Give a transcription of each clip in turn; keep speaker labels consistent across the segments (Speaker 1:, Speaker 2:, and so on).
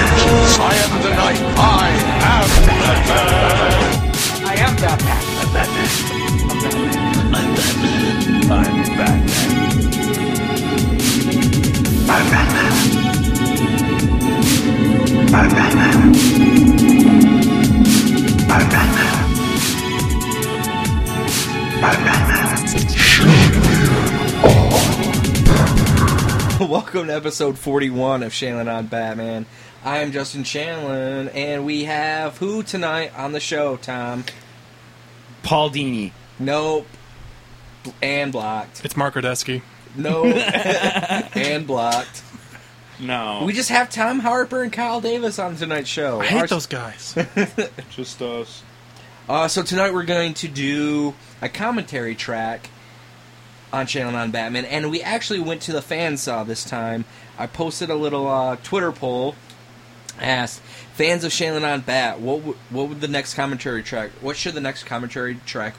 Speaker 1: I am the knight. I am Batman. I am Batman.
Speaker 2: I'm Batman. I'm Batman. I'm Batman. I'm Batman. I'm Batman. I'm Batman.
Speaker 3: Welcome to episode 41 of Shanlin on Batman. I am Justin Shanlin, and we have who tonight on the show, Tom?
Speaker 4: Paul Dini.
Speaker 3: Nope. And blocked.
Speaker 5: It's Mark Radesky.
Speaker 3: Nope. and blocked.
Speaker 4: No.
Speaker 3: We just have Tom Harper and Kyle Davis on tonight's show.
Speaker 5: I hate
Speaker 3: Our-
Speaker 5: those guys.
Speaker 4: just us.
Speaker 3: Uh, so tonight we're going to do a commentary track on Channel 9 Batman, and we actually went to the fan saw this time. I posted a little uh, Twitter poll, asked fans of Channel 9 Bat, what w- what would the next commentary track? What should the next commentary track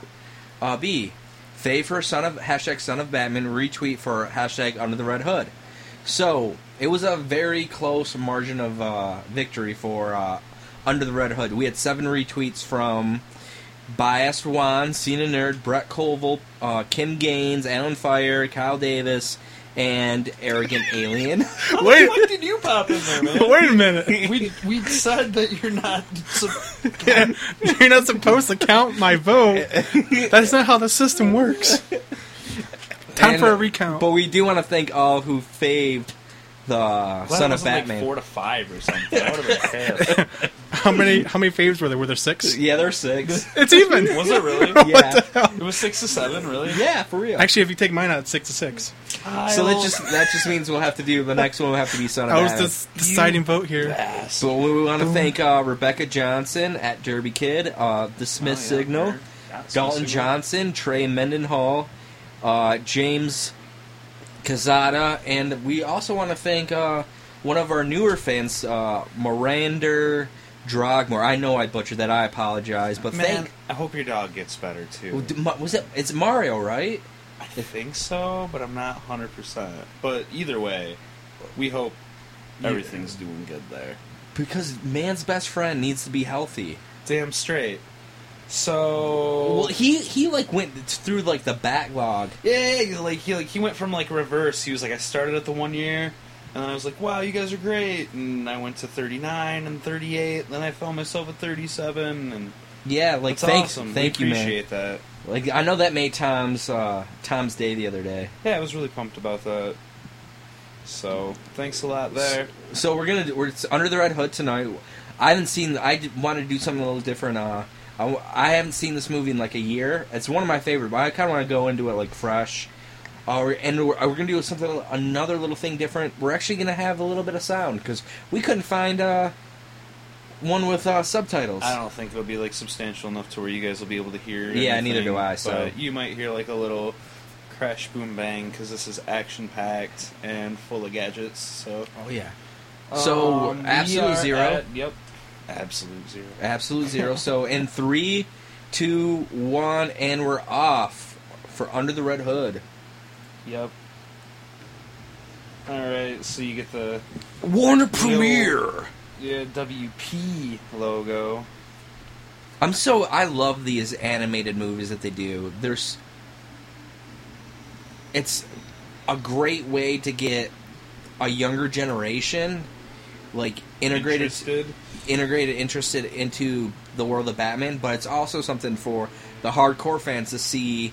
Speaker 3: uh, be? Fave for son of hashtag son of Batman retweet for hashtag under the red hood. So it was a very close margin of uh, victory for uh, Under the Red Hood. We had seven retweets from Biased Juan, Cena Nerd, Brett Colville, uh, Kim Gaines, Alan Fire, Kyle Davis, and Arrogant Alien.
Speaker 5: wait,
Speaker 4: What did you pop in there, man?
Speaker 5: wait a minute.
Speaker 4: We, we said that you're not. sup-
Speaker 5: You're not supposed to count my vote. That's not how the system works. Time
Speaker 3: And-
Speaker 5: for a recount.
Speaker 3: But we do want to thank all who faved the Son
Speaker 4: That
Speaker 3: of
Speaker 4: wasn't like
Speaker 3: Batman.
Speaker 4: four to five or something. That would have been fair.
Speaker 5: How many? How many faves were there? Were there six?
Speaker 3: yeah, there's six.
Speaker 5: It's even.
Speaker 4: Was it really?
Speaker 3: yeah.
Speaker 4: It was six to seven, really?
Speaker 3: Yeah, for real.
Speaker 5: Actually, if you take mine out, it's six to six.
Speaker 3: so that just that just means we'll have to do the next one. Will have to be Son of
Speaker 5: I was
Speaker 3: Batman.
Speaker 5: the deciding vote here.
Speaker 3: So we want to thank uh, Rebecca Johnson at Derby Kid, uh, the Smith
Speaker 6: Oh,
Speaker 3: Signal, Dalton Johnson, Trey Mendenhall, uh, James Cazada, and we also want to thank uh, one of our newer fans, uh, Miranda Drogmore. I know I butchered that. I apologize, but
Speaker 6: Man,
Speaker 3: thank.
Speaker 6: I hope your dog gets better too.
Speaker 3: Was it? It's Mario, right?
Speaker 6: I think so, but I'm not 100%. But either way, we hope everything's doing good there.
Speaker 3: Because man's best friend needs to be healthy.
Speaker 6: Damn straight. So
Speaker 3: Well, he he like went through like the backlog.
Speaker 6: yeah, he, like he like he went from like reverse. He was like I started at the 1 year and then I was like, "Wow, you guys are great." And I went to 39 and 38, and then I found myself at 37 and
Speaker 3: Yeah, like
Speaker 6: it's
Speaker 3: thank
Speaker 6: awesome.
Speaker 3: thank
Speaker 6: we
Speaker 3: you, man.
Speaker 6: appreciate that.
Speaker 3: Like I know that made Tom's uh, Tom's day the other day.
Speaker 6: Yeah, I was really pumped about that. So, thanks a lot there.
Speaker 3: So we're gonna do, we're it's under the red hood tonight. I haven't seen. I want to do something a little different. Uh, I, w- I haven't seen this movie in like a year. It's one of my favorite, but I kind of want to go into it like fresh. Uh, we're- and we're, we're gonna do something another little thing different. We're actually gonna have a little bit of sound because we couldn't find uh, one with uh, subtitles.
Speaker 6: I don't think it'll be like substantial enough to where you guys will be able to hear.
Speaker 3: Yeah, neither
Speaker 6: anything,
Speaker 3: do I, so-
Speaker 6: but you might hear like a little crash, boom, bang because this is action packed and full of gadgets. So
Speaker 3: Oh yeah. So
Speaker 6: Um, we
Speaker 3: absolute
Speaker 6: are
Speaker 3: zero.
Speaker 6: at- yep, absolute zero.
Speaker 3: Absolute zero. so in three, two, one, and we're off for Under the Red Hood.
Speaker 6: Yep. All right, so you get the
Speaker 3: Warner
Speaker 6: Premiere. yeah, WP logo.
Speaker 3: I'm so I love these animated movies that they do. There's it's a great way to get a younger generation like integrated
Speaker 6: Interested.
Speaker 3: integrated interested into the world of Batman, but it's also something for the hardcore fans to see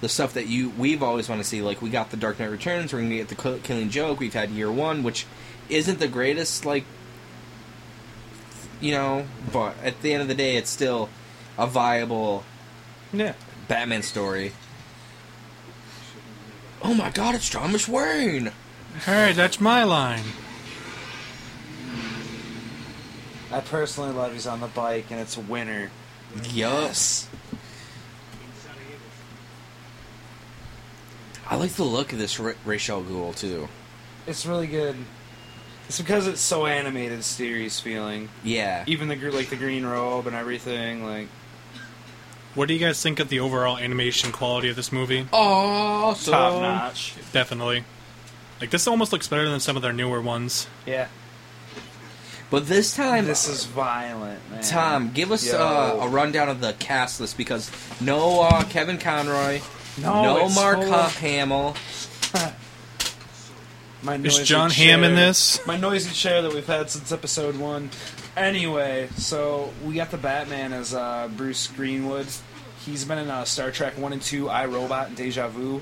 Speaker 3: the stuff that you we've always wanted to see. Like we got the Dark Knight Returns, we're gonna get the Kill- Killing Joke, we've had Year One, which isn't the greatest, like you know, but at the end of the day, it's still a viable
Speaker 6: Yeah.
Speaker 3: Batman story. Oh my God! It's John Wayne.
Speaker 5: All right, that's my line.
Speaker 6: I personally love he's on the bike and it's a winner.
Speaker 3: Yes. I like the look of this Ra- Rachel Ghoul too.
Speaker 6: It's really good. It's because it's so animated, series feeling.
Speaker 3: Yeah.
Speaker 6: even the gr- like the green robe and everything like
Speaker 5: What do you guys think of the overall animation quality of this movie?
Speaker 3: Oh,
Speaker 6: top notch.
Speaker 5: Definitely. Like this almost looks better than some of their newer ones.
Speaker 6: Yeah,
Speaker 3: But this time,
Speaker 6: This is violent, man.
Speaker 3: Tom, give us
Speaker 6: Yo.
Speaker 3: uh, a rundown of the cast list because no uh, Kevin Conroy, no,
Speaker 6: it's
Speaker 3: Mark
Speaker 6: full
Speaker 3: Huff
Speaker 6: of-
Speaker 3: Hamill.
Speaker 6: My
Speaker 5: Is
Speaker 6: noisy
Speaker 5: John Hamm in
Speaker 6: chair.
Speaker 5: this?
Speaker 6: My noisy chair that we've had since episode one. Anyway, so we got the Batman as uh, Bruce Greenwood. He's been in uh, Star Trek 1 and 2, I, Robot, and Deja Vu.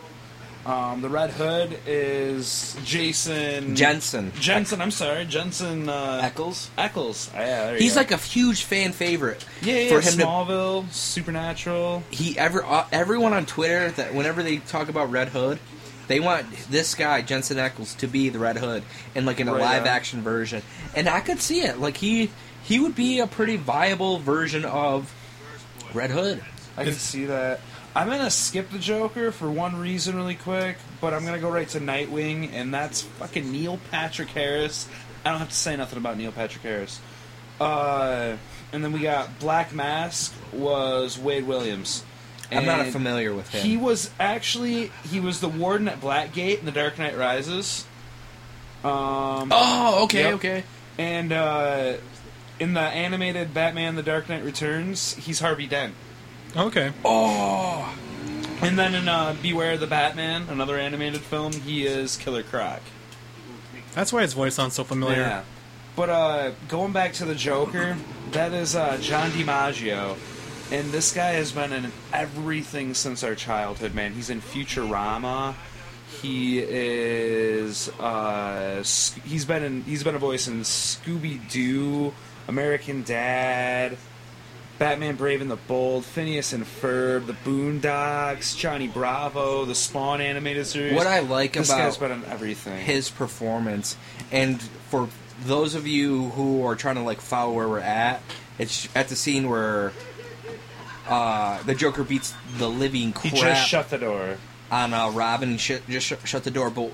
Speaker 6: Um, the Red Hood is Jason.
Speaker 3: Jensen.
Speaker 6: Jensen, I'm sorry. Jensen uh,
Speaker 3: Eccles.
Speaker 6: Eccles. Oh, Yeah, there you
Speaker 3: He's
Speaker 6: go.
Speaker 3: like a huge fan favorite.
Speaker 6: Yeah, yeah,
Speaker 3: for him to
Speaker 6: Smallville, Supernatural.
Speaker 3: he ever uh, everyone on Twitter that whenever they talk about Red Hood, they want this guy Jensen Ackles to be the Red Hood in like in a
Speaker 6: Right
Speaker 3: live
Speaker 6: on.
Speaker 3: action version, and I could see it. Like he he would be a pretty viable version of Red Hood.
Speaker 6: I can see that. I'm gonna skip the Joker for one reason, really quick, but I'm gonna go right to Nightwing, and that's fucking Neil Patrick Harris. I don't have to say nothing about Neil Patrick Harris. Uh, and then we got Black Mask was Wade Williams.
Speaker 3: I'm not
Speaker 6: And
Speaker 3: familiar with him.
Speaker 6: He was actually he was the warden at Blackgate in The Dark Knight Rises. Um,
Speaker 3: oh, okay,
Speaker 6: Yep.
Speaker 3: okay.
Speaker 6: and uh, in the animated Batman: The Dark Knight Returns, he's Harvey Dent.
Speaker 5: Okay.
Speaker 3: Oh,
Speaker 6: And then in uh, Beware the Batman, another animated film, he is Killer Croc.
Speaker 5: That's why his voice sounds so familiar.
Speaker 6: Yeah. But uh, going back to the Joker, that is uh, John DiMaggio. And this guy has been in everything since our childhood, man. He's in Futurama. He is. Uh, Sc- he's been in. He's been a voice in Scooby Doo, American Dad, Batman Brave and the Bold, Phineas and Ferb, The Boondocks, Johnny Bravo, the Spawn animated series.
Speaker 3: What I like
Speaker 6: this
Speaker 3: about
Speaker 6: guy's been in everything.
Speaker 3: his performance, and for those of you who are trying to like follow where we're at, it's at the scene where. Uh, the Joker beats the living
Speaker 6: he
Speaker 3: crap
Speaker 6: just shut the door.
Speaker 3: on uh, Robin sh- just sh- shut the door. But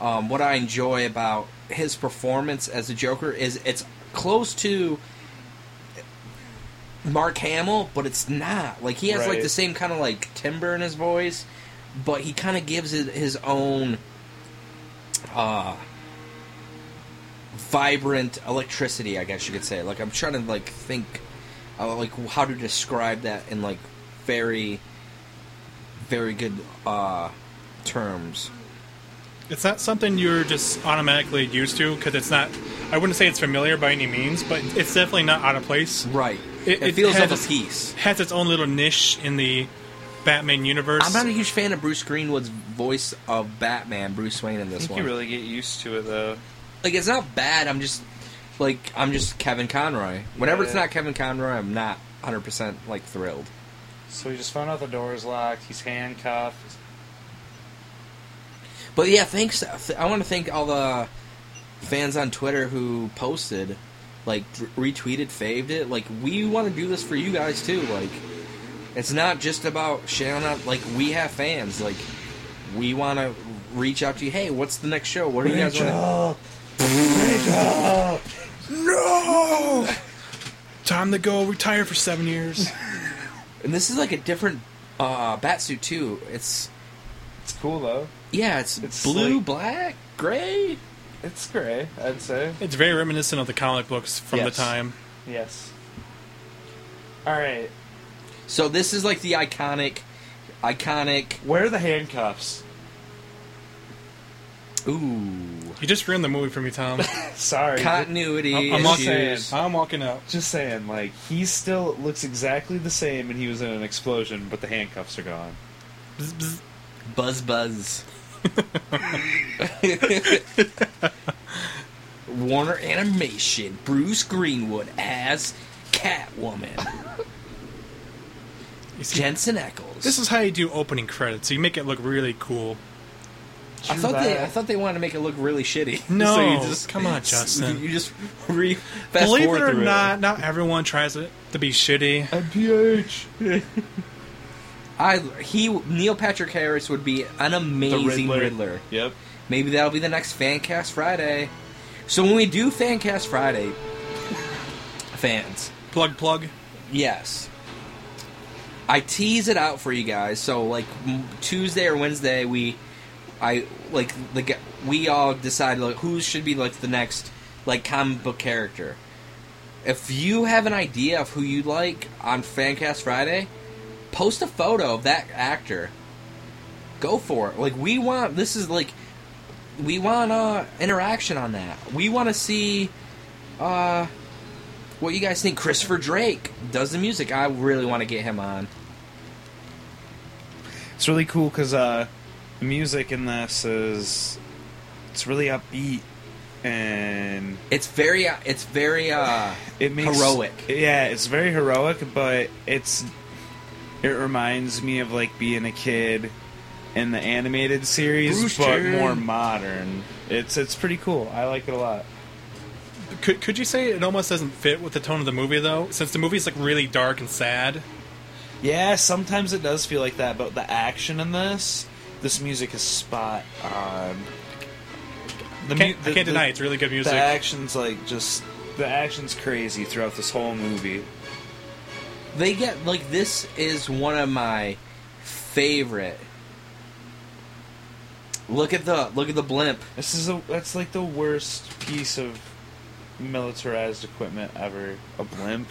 Speaker 3: um, what I enjoy about his performance as the Joker is it's close to Mark Hamill, but it's not. Like he has like
Speaker 6: Right.
Speaker 3: the same kind of like timbre in his voice, but he kind of gives it his own uh vibrant electricity i guess you could say like i'm trying to like think uh, like how to describe that in like very very good uh terms
Speaker 5: It's not something you're just automatically used to because it's not. I wouldn't say it's familiar by any means, but it's definitely not out of place.
Speaker 3: right
Speaker 5: It-
Speaker 3: it,
Speaker 5: it
Speaker 3: feels
Speaker 5: has
Speaker 3: like a
Speaker 5: its-
Speaker 3: piece
Speaker 5: Has its own little niche in the Batman universe.
Speaker 3: i'm not e- a huge fan of bruce greenwood's voice of batman bruce wayne in
Speaker 6: I
Speaker 3: this
Speaker 6: think
Speaker 3: one
Speaker 6: you really get used to it though.
Speaker 3: like it's not bad i'm just like i'm just kevin conroy whenever it's
Speaker 6: Yeah.
Speaker 3: not kevin conroy i'm not 100% like thrilled
Speaker 6: So he just found out the door is locked. He's handcuffed.
Speaker 3: But yeah, thanks. th- I want to thank all the fans on Twitter who posted, like re- retweeted, faved it. Like we want to do this for you guys too. Like it's not just about sharing out. Like we have fans. Like we want to reach out to you. Hey, what's the next show? What do you guys want?
Speaker 5: No. Time to go retire for seven years.
Speaker 3: And this is like a different uh, batsuit too. It's
Speaker 6: It's cool though.
Speaker 3: yeah, it's,
Speaker 6: It's
Speaker 3: blue,
Speaker 6: like-
Speaker 3: black, gray.
Speaker 6: It's gray, I'd say.
Speaker 5: It's very reminiscent of the comic books from
Speaker 3: Yes.
Speaker 5: the time.
Speaker 6: Yes. All right.
Speaker 3: So this is like the iconic, iconic.
Speaker 6: Where are the handcuffs?
Speaker 3: Ooh,
Speaker 5: You just ruined the movie for me, Tom.
Speaker 6: Sorry. ju-
Speaker 3: continuity
Speaker 5: I'm, I'm walking,
Speaker 3: issues.
Speaker 5: I'm walking out.
Speaker 6: just saying, like he still looks exactly the same, and he was in an explosion, but the handcuffs are gone.
Speaker 5: Bzz, bzz.
Speaker 3: Buzz Buzz. Warner Animation, Bruce Greenwood as Catwoman,
Speaker 5: You see,
Speaker 3: Jensen Ackles.
Speaker 5: this is how you do opening credits. So you make it look really cool.
Speaker 3: I thought
Speaker 6: True
Speaker 3: they
Speaker 6: that.
Speaker 3: I thought they wanted to make it look really shitty.
Speaker 5: No,
Speaker 3: so you just,
Speaker 5: come on, Justin.
Speaker 3: You just re fast
Speaker 5: Believe it
Speaker 3: forward
Speaker 5: or
Speaker 3: through
Speaker 5: not, not everyone tries it to be shitty.
Speaker 6: MPH.
Speaker 3: I he Neil Patrick Harris would be an amazing
Speaker 6: Riddler.
Speaker 3: Riddler.
Speaker 6: Yep.
Speaker 3: Maybe that'll be the next Fancast Friday. So when we do Fancast Friday, fans,
Speaker 5: Plug, plug.
Speaker 3: Yes. I tease it out for you guys. So like m- Tuesday or Wednesday, we, I like the g- we all decide like who should be like the next like comic book character. If you have an idea of who you like on Fancast Friday, post a photo of that actor. Go for it. Like we want this is like we want uh interaction on that. We want to see uh what you guys think Christopher Drake does the music. I really want to get him on.
Speaker 6: It's really cool because uh, the music in this is it's really upbeat and
Speaker 3: It's very uh, it's very uh
Speaker 6: it makes
Speaker 3: heroic.
Speaker 6: Yeah, it's very heroic, but it's it reminds me of like being a kid in the animated series,
Speaker 3: Bruce
Speaker 6: but
Speaker 3: Jenner.
Speaker 6: more modern. It's it's pretty cool. I like it a lot.
Speaker 5: Could, could you say it almost doesn't fit with the tone of the movie though, since the movie's like really dark and sad?
Speaker 6: Yeah, sometimes it does feel like that, but the action in this, this music is spot on. The, mu-
Speaker 5: I can't, I
Speaker 6: the-
Speaker 5: can't
Speaker 6: the-
Speaker 5: deny it's really good music.
Speaker 6: The action's like just the action's crazy throughout this whole movie.
Speaker 3: They get like this is one of my favorite. Look at the look at the blimp.
Speaker 6: This is a that's like the worst piece of militarized equipment ever. A blimp.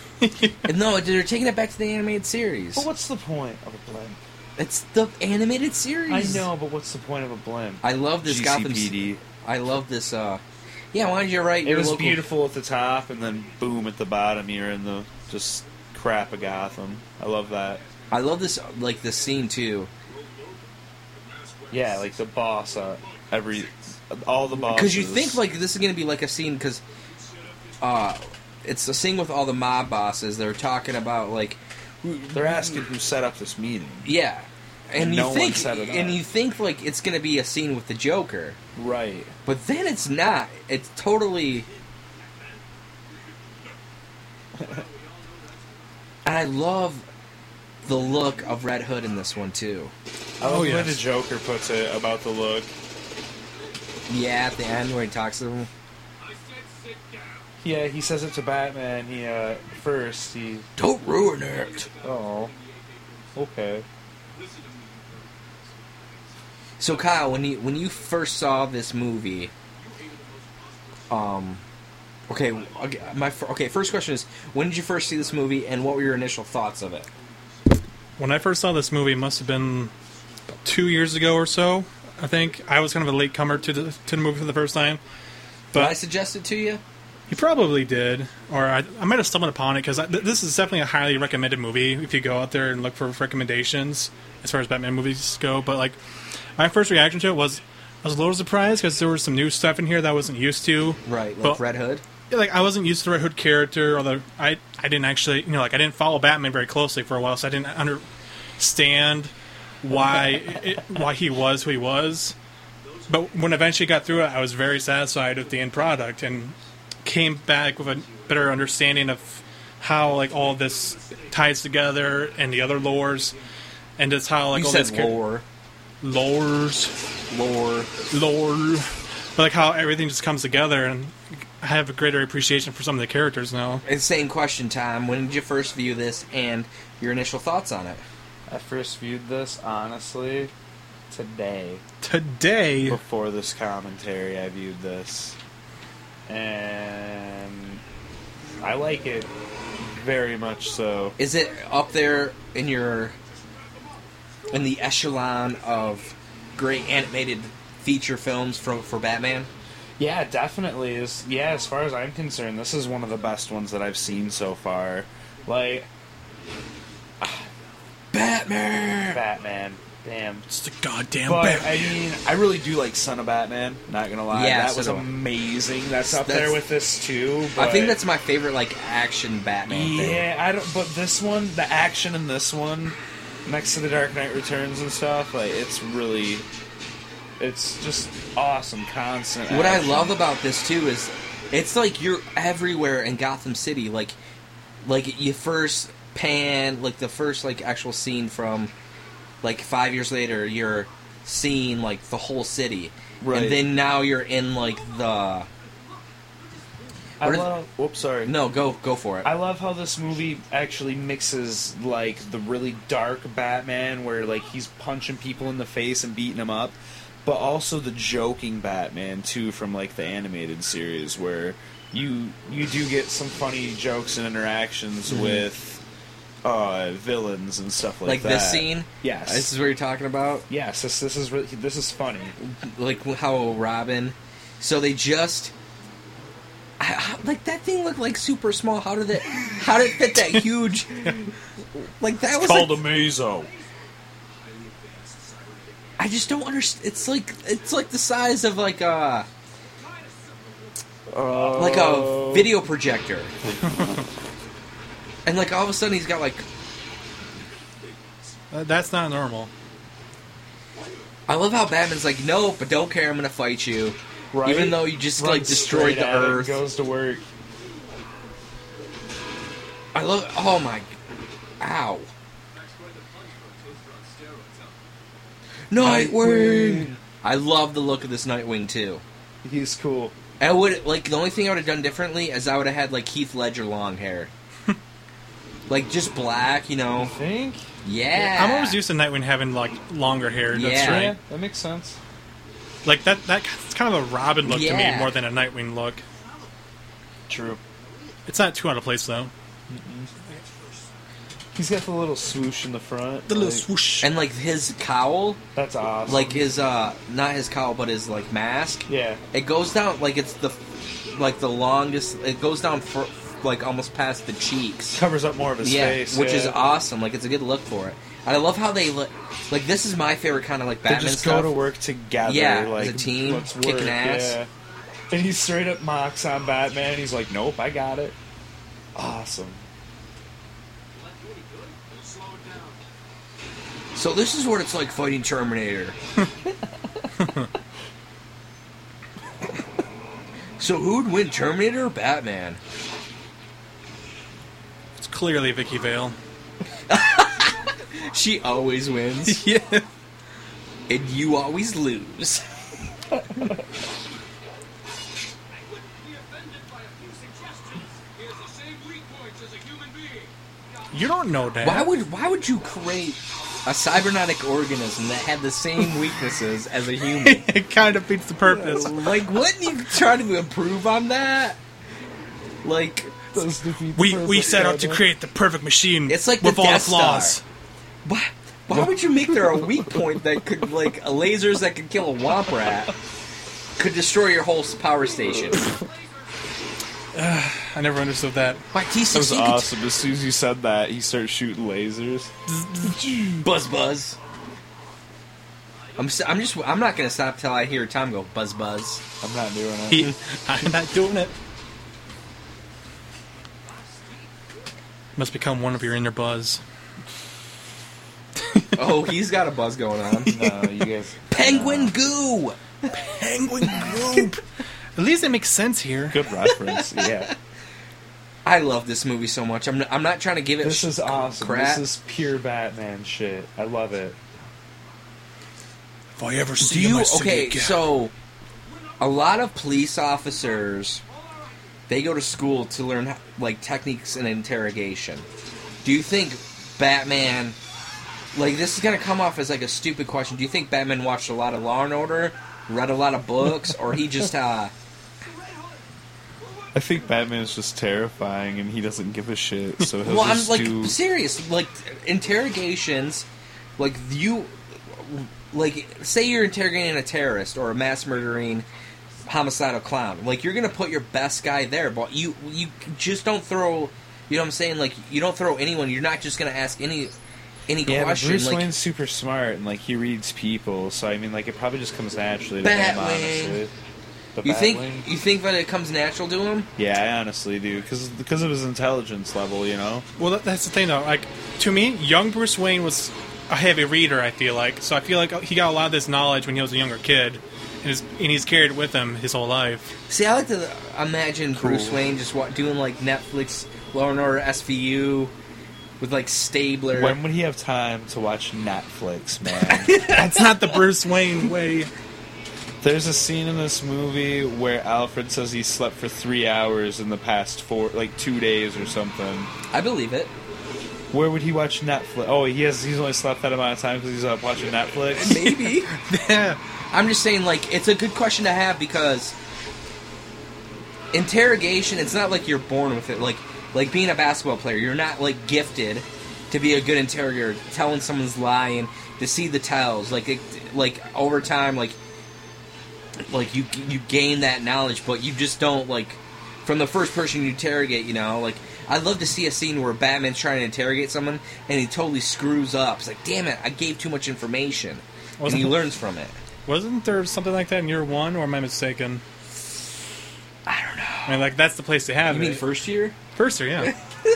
Speaker 3: And no, they're taking it back to the animated series.
Speaker 6: But what's the point of a blimp?
Speaker 3: It's the animated
Speaker 6: I
Speaker 3: series.
Speaker 6: know, but what's the point of a blimp?
Speaker 3: I love this Gotham.
Speaker 6: GCPD.
Speaker 3: I love this. uh Yeah, why don't you write
Speaker 6: It
Speaker 3: your
Speaker 6: was
Speaker 3: local-
Speaker 6: beautiful at the top, and then boom at the bottom. You're in the just crap of Gotham. I love that.
Speaker 3: I love this like this scene too
Speaker 6: Yeah, like the boss. Uh, every all the bosses.
Speaker 3: because you think like this is gonna be like a scene because uh it's a scene with all the mob bosses. They're talking about like
Speaker 6: they're asking who set up this meeting,
Speaker 3: yeah, and
Speaker 6: No
Speaker 3: you
Speaker 6: one
Speaker 3: think
Speaker 6: set it up.
Speaker 3: and you think like it's gonna be a scene with the Joker.
Speaker 6: right?
Speaker 3: But then it's not. It's totally. and I love the look of Red Hood in this one too.
Speaker 6: I love
Speaker 5: Oh,
Speaker 6: the way
Speaker 5: yes.
Speaker 6: the Joker puts it about the look.
Speaker 3: Yeah, at the end where he talks to him.
Speaker 6: Yeah, he says it to Batman. He uh, first he
Speaker 3: Don't ruin it.
Speaker 6: oh okay.
Speaker 3: So Kyle, when you when you first saw this movie, um, okay, okay, my fir- okay first question is when did you first see this movie and what were your initial thoughts of it?
Speaker 5: When I first saw this movie, it must have been about two years ago or so. I think I was kind of a latecomer to the to the movie for the first time.
Speaker 3: Did
Speaker 5: But-
Speaker 3: I suggest it to you?
Speaker 5: You probably did, or I, I might have stumbled upon it because th- this is definitely a highly recommended movie if you go out there and look for recommendations as far as Batman movies go. But like, my first reaction to it was I was a little surprised because there was some new stuff in here that I wasn't used to.
Speaker 3: Right, like
Speaker 5: Well-
Speaker 3: Red Hood.
Speaker 5: Yeah, like I wasn't used to the Red Hood character, or the I I didn't actually you know like I didn't follow Batman very closely for a while, so I didn't understand why it, why he was who he was. But when I eventually got through it, I was very satisfied with the end product and came back with a better understanding of how like all this ties together and the other lores, and just how like
Speaker 3: you
Speaker 5: all
Speaker 3: said
Speaker 5: this char-
Speaker 3: lore,
Speaker 5: lores
Speaker 3: lore.
Speaker 5: lore, but like how everything just comes together, and I have a greater appreciation for some of the characters now.
Speaker 3: And same question, Tom. When did you first view this, and your initial thoughts on it?
Speaker 6: I first viewed this honestly today.
Speaker 5: Today,
Speaker 6: before this commentary I viewed this. And I like it very much so.
Speaker 3: Is it up there in your in the echelon of great animated feature films from for Batman?
Speaker 6: Yeah, definitely is yeah, as far as I'm concerned, this is one of the best ones that I've seen so far. Like
Speaker 3: Batman.
Speaker 6: Batman. Damn.
Speaker 5: it's the goddamn
Speaker 6: But
Speaker 5: Batman.
Speaker 6: I mean, I really do like Son of Batman. Not gonna lie,
Speaker 3: Yeah,
Speaker 6: that was
Speaker 3: so do I.
Speaker 6: amazing. That's up
Speaker 3: That's-
Speaker 6: there with this too.
Speaker 3: I think
Speaker 6: but-
Speaker 3: that's my favorite like action Batman thing.
Speaker 6: Yeah, I don't. But this one, the action in this one, next to the Dark Knight Returns and stuff, like it's really, it's just awesome, constant.
Speaker 3: What I
Speaker 6: action.
Speaker 3: love about this too is it's like you're everywhere in Gotham City. Like like you first pan like the first like actual scene from like five years later you're seeing like the whole city.
Speaker 6: Right.
Speaker 3: And then now you're in like the
Speaker 6: I
Speaker 3: what is-
Speaker 6: love. Oops, sorry.
Speaker 3: No, go go for it.
Speaker 6: I love how this movie actually mixes like the really dark Batman, where like he's punching people in the face and beating them up, but also the joking Batman too from like the animated series where you you do get some funny jokes and interactions with uh, villains and stuff like,
Speaker 3: Mm-hmm. Like
Speaker 6: that.
Speaker 3: this scene?
Speaker 6: Yes.
Speaker 3: This is what you're talking about?
Speaker 6: Yes, this, this is really, this is funny.
Speaker 3: Like how Robin. So they just. I- how- Like that thing looked like super small. How did it? How did it fit that huge? Like that was. Like,
Speaker 4: Called a Mazo.
Speaker 3: I just don't understand. It's like it's like the size of like a like
Speaker 6: Oh.
Speaker 3: a video projector, and like all of a sudden he's got like
Speaker 5: Uh, that's not normal.
Speaker 3: I love how Batman's like, nope, but don't care. I'm gonna fight you,
Speaker 6: Right?
Speaker 3: even though you just
Speaker 6: Runs
Speaker 3: like destroyed
Speaker 6: straight
Speaker 3: the
Speaker 6: at it,
Speaker 3: Earth.
Speaker 6: goes to work.
Speaker 3: I love. Oh my, ow. Nightwing. I love the look of this Nightwing too.
Speaker 6: He's cool.
Speaker 3: I would like the only thing I would have done differently is I would have had like Heath Ledger long hair, like just black, you know.
Speaker 6: Think?
Speaker 3: Yeah,
Speaker 5: I'm always used to Nightwing having like longer hair. That's
Speaker 3: Yeah.
Speaker 5: right.
Speaker 6: Yeah, that makes sense.
Speaker 5: Like that. That's kind of a Robin look to
Speaker 3: Yeah.
Speaker 5: me more than a Nightwing look.
Speaker 6: True.
Speaker 5: It's not too out of place though.
Speaker 6: He's got the little swoosh in the front. like,
Speaker 5: swoosh.
Speaker 3: and like his cowl,
Speaker 6: That's awesome.
Speaker 3: like his uh, not his cowl, but his like mask.
Speaker 6: yeah.
Speaker 3: It goes down like it's the like the longest. It goes down for like almost past the cheeks.
Speaker 6: Covers up more of his
Speaker 3: yeah,
Speaker 6: face.
Speaker 3: which is
Speaker 6: yeah.
Speaker 3: awesome. Like it's a good look for it. And I love how they look. Like this is my favorite kind of like
Speaker 6: They
Speaker 3: Batman
Speaker 6: just
Speaker 3: stuff.
Speaker 6: go to work together.
Speaker 3: Yeah,
Speaker 6: like,
Speaker 3: as a team,
Speaker 6: let's work,
Speaker 3: kicking ass.
Speaker 6: Yeah. And he straight up mocks on Batman. He's like, "Nope, I got it." Awesome.
Speaker 3: So this is what it's like fighting Terminator. so who'd win, Terminator or Batman?
Speaker 5: It's clearly Vicky Vale.
Speaker 3: She always wins,
Speaker 5: yeah.
Speaker 3: and you always lose.
Speaker 5: You don't know that.
Speaker 3: Why would why would you create a cybernetic organism that had the same weaknesses as a human?
Speaker 5: it kind of beats the purpose.
Speaker 3: like, wouldn't you try to improve on that? Like,
Speaker 5: We we set out to create the perfect machine.
Speaker 3: It's like the
Speaker 5: with all
Speaker 3: Death
Speaker 5: the flaws.
Speaker 3: Star. why, why would you make there a weak point that could, like, lasers that could kill a womp rat could destroy your whole power station?
Speaker 5: I never understood that.
Speaker 3: Why T16
Speaker 6: That was awesome. As soon as you said that, he started shooting lasers.
Speaker 3: could buzz buzz? I'm, s am just I'm not gonna stop till I hear Tom go buzz buzz.
Speaker 6: I'm not doing it.
Speaker 5: He- I'm not doing it. Must become one of your inner buzz.
Speaker 3: Oh, he's got a buzz going on.
Speaker 6: no, you guys.
Speaker 3: Penguin goo.
Speaker 5: Penguin group. At least it makes sense here.
Speaker 6: Good reference. Yeah.
Speaker 3: I love this movie so much. I'm I'm not trying to give it.
Speaker 6: This is awesome.
Speaker 3: Crap.
Speaker 6: This is pure Batman shit. I love it.
Speaker 5: If I ever
Speaker 3: Do you okay? So, a lot of police officers they go to school to learn how- like techniques in interrogation. Do you think Batman? Like this is gonna come off as like a stupid question. Do you think Batman watched a lot of Law and Order, read a lot of books, or he just uh?
Speaker 6: I think Batman's just terrifying, and he doesn't give a shit. So he'll
Speaker 3: Well, I'm
Speaker 6: just
Speaker 3: like
Speaker 6: do.
Speaker 3: serious. Like interrogations, like you, like say you're interrogating a terrorist or a mass murdering homicidal clown. Like you're gonna put your best guy there, but you you just don't throw. You know what I'm saying? Like you don't throw anyone. You're not just gonna ask any any
Speaker 6: Yeah, but
Speaker 3: question.
Speaker 6: Bruce
Speaker 3: like
Speaker 6: Wayne's super smart and like he reads people, so I mean, like it probably just comes naturally to him,
Speaker 3: Batwing.
Speaker 6: honestly. The
Speaker 3: you think
Speaker 6: Batwing?
Speaker 3: you think that it comes natural to him?
Speaker 6: Yeah, I honestly do, because because of his intelligence level, you know.
Speaker 5: Well, that, that's the thing though. Like to me, young Bruce Wayne was a heavy reader. I feel like so. I feel like he got a lot of this knowledge when he was a younger kid, and, his, and he's carried it with him his whole life.
Speaker 3: See, I like to imagine Bruce Wayne just wa- doing like Netflix Law and Order SVU with like Stabler.
Speaker 6: When would he have time to watch Netflix, man?
Speaker 5: That's not the Bruce Wayne way.
Speaker 6: There's a scene in this movie where Alfred says he slept for three hours in the past four, like two days or something.
Speaker 3: I believe it.
Speaker 6: Where would he watch Netflix? Oh, he has. He's only slept that amount of time because he's up watching Netflix.
Speaker 3: Maybe. I'm just saying, like, it's a good question to have because interrogation. It's not like you're born with it. Like, like being a basketball player, you're not like gifted to be a good interrogator, telling someone's lie and to see the tells. Like, it, like over time, like, like you you gain that knowledge, but you just don't like from the first person you interrogate. You know, like. I'd love to see a scene where Batman's trying to interrogate someone and he totally screws up. It's like, damn it, I gave too much information. and
Speaker 5: Wasn't-
Speaker 3: he learns from it.
Speaker 5: Wasn't there something like that in year one, or am I mistaken? I don't know. I mean, like that's the place to have
Speaker 3: You
Speaker 5: it.
Speaker 3: mean first year?
Speaker 5: First year, yeah.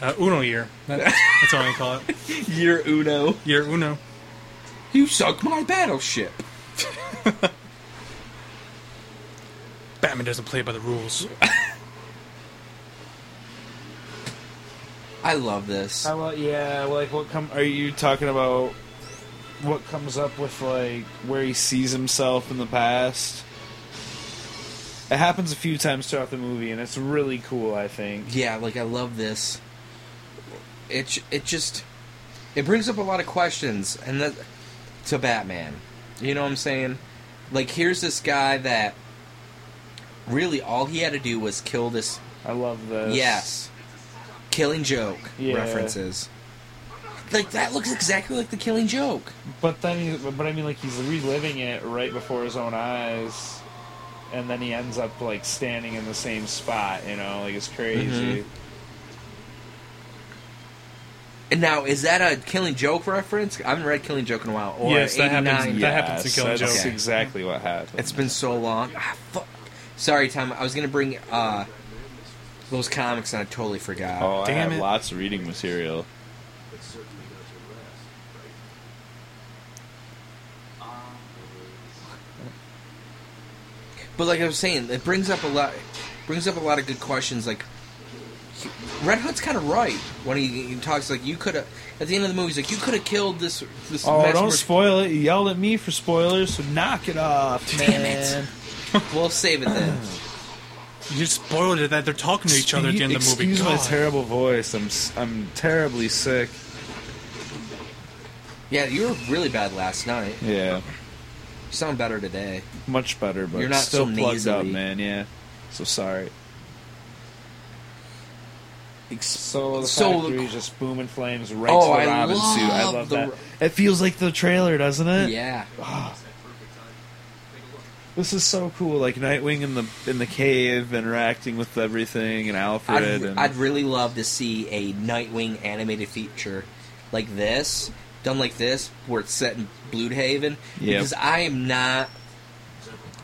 Speaker 5: uh, uno year. That, that's what I call it.
Speaker 3: Year Uno.
Speaker 5: Year uno.
Speaker 3: You suck my battleship.
Speaker 5: Batman doesn't play by the rules.
Speaker 3: I love this.
Speaker 6: How about yeah? Like what come? Are you talking about what comes up with like where he sees himself in the past? It happens a few times throughout the movie, and it's really cool. I think.
Speaker 3: Yeah, like I love this. It j- it just it brings up a lot of questions and that to Batman. You know what I'm saying? Like here's this guy that really all he had to do was kill this
Speaker 6: I love this.
Speaker 3: yes killing joke
Speaker 6: Yeah.
Speaker 3: references. Like that looks exactly like the killing joke.
Speaker 6: But then, he, but I mean, like he's reliving it right before his own eyes, and then he ends up like standing in the same spot. You know, like it's crazy.
Speaker 3: And now is that a killing joke reference? I haven't read Killing Joke in a while. Or
Speaker 5: Yes, that
Speaker 3: 89.
Speaker 5: happens. That happens to
Speaker 6: Yes,
Speaker 5: Killing
Speaker 6: that's
Speaker 5: Joke.
Speaker 6: exactly what happened.
Speaker 3: It's been so long. Ah, fuck. Sorry, Tom. I was gonna bring uh, those comics, and I totally forgot.
Speaker 6: oh, I
Speaker 5: Damn
Speaker 6: have
Speaker 5: it.
Speaker 6: lots of reading material.
Speaker 3: But like I was saying, it brings up a lot. Brings up a lot of good questions. Like he- Red Hood's kind of right when he, he talks. Like you could have at the end of the movie, he's like you could have killed this. This
Speaker 6: Oh,
Speaker 3: mass
Speaker 6: don't
Speaker 3: murder-
Speaker 6: spoil it. You yelled at me for spoilers, so knock it off,
Speaker 3: Damn it.
Speaker 6: man.
Speaker 3: We'll save it then.
Speaker 5: You spoiled it that they're talking to each other at the end of the movie.
Speaker 6: Excuse my
Speaker 5: God.
Speaker 6: terrible voice. I'm s- I'm terribly sick.
Speaker 3: yeah, you were really bad last night.
Speaker 6: Yeah,
Speaker 3: You sound better today.
Speaker 6: much better, but
Speaker 3: You're not
Speaker 6: still
Speaker 3: so
Speaker 6: plugged up,
Speaker 3: nasally.
Speaker 6: man. Yeah, so sorry. So the
Speaker 3: So-
Speaker 6: factory is just booming flames right
Speaker 3: Oh,
Speaker 6: to the
Speaker 3: I
Speaker 6: Robin suit. I
Speaker 3: love
Speaker 6: love
Speaker 3: the-
Speaker 6: that. It feels like the trailer, doesn't it?
Speaker 3: Yeah,
Speaker 6: This is so cool. Like Nightwing in the in the cave interacting with everything, and Alfred.
Speaker 3: I'd,
Speaker 6: and
Speaker 3: I'd really love to see a Nightwing animated feature like this, done like this, where it's set in Bloodhaven.
Speaker 6: Yeah.
Speaker 3: Because I am not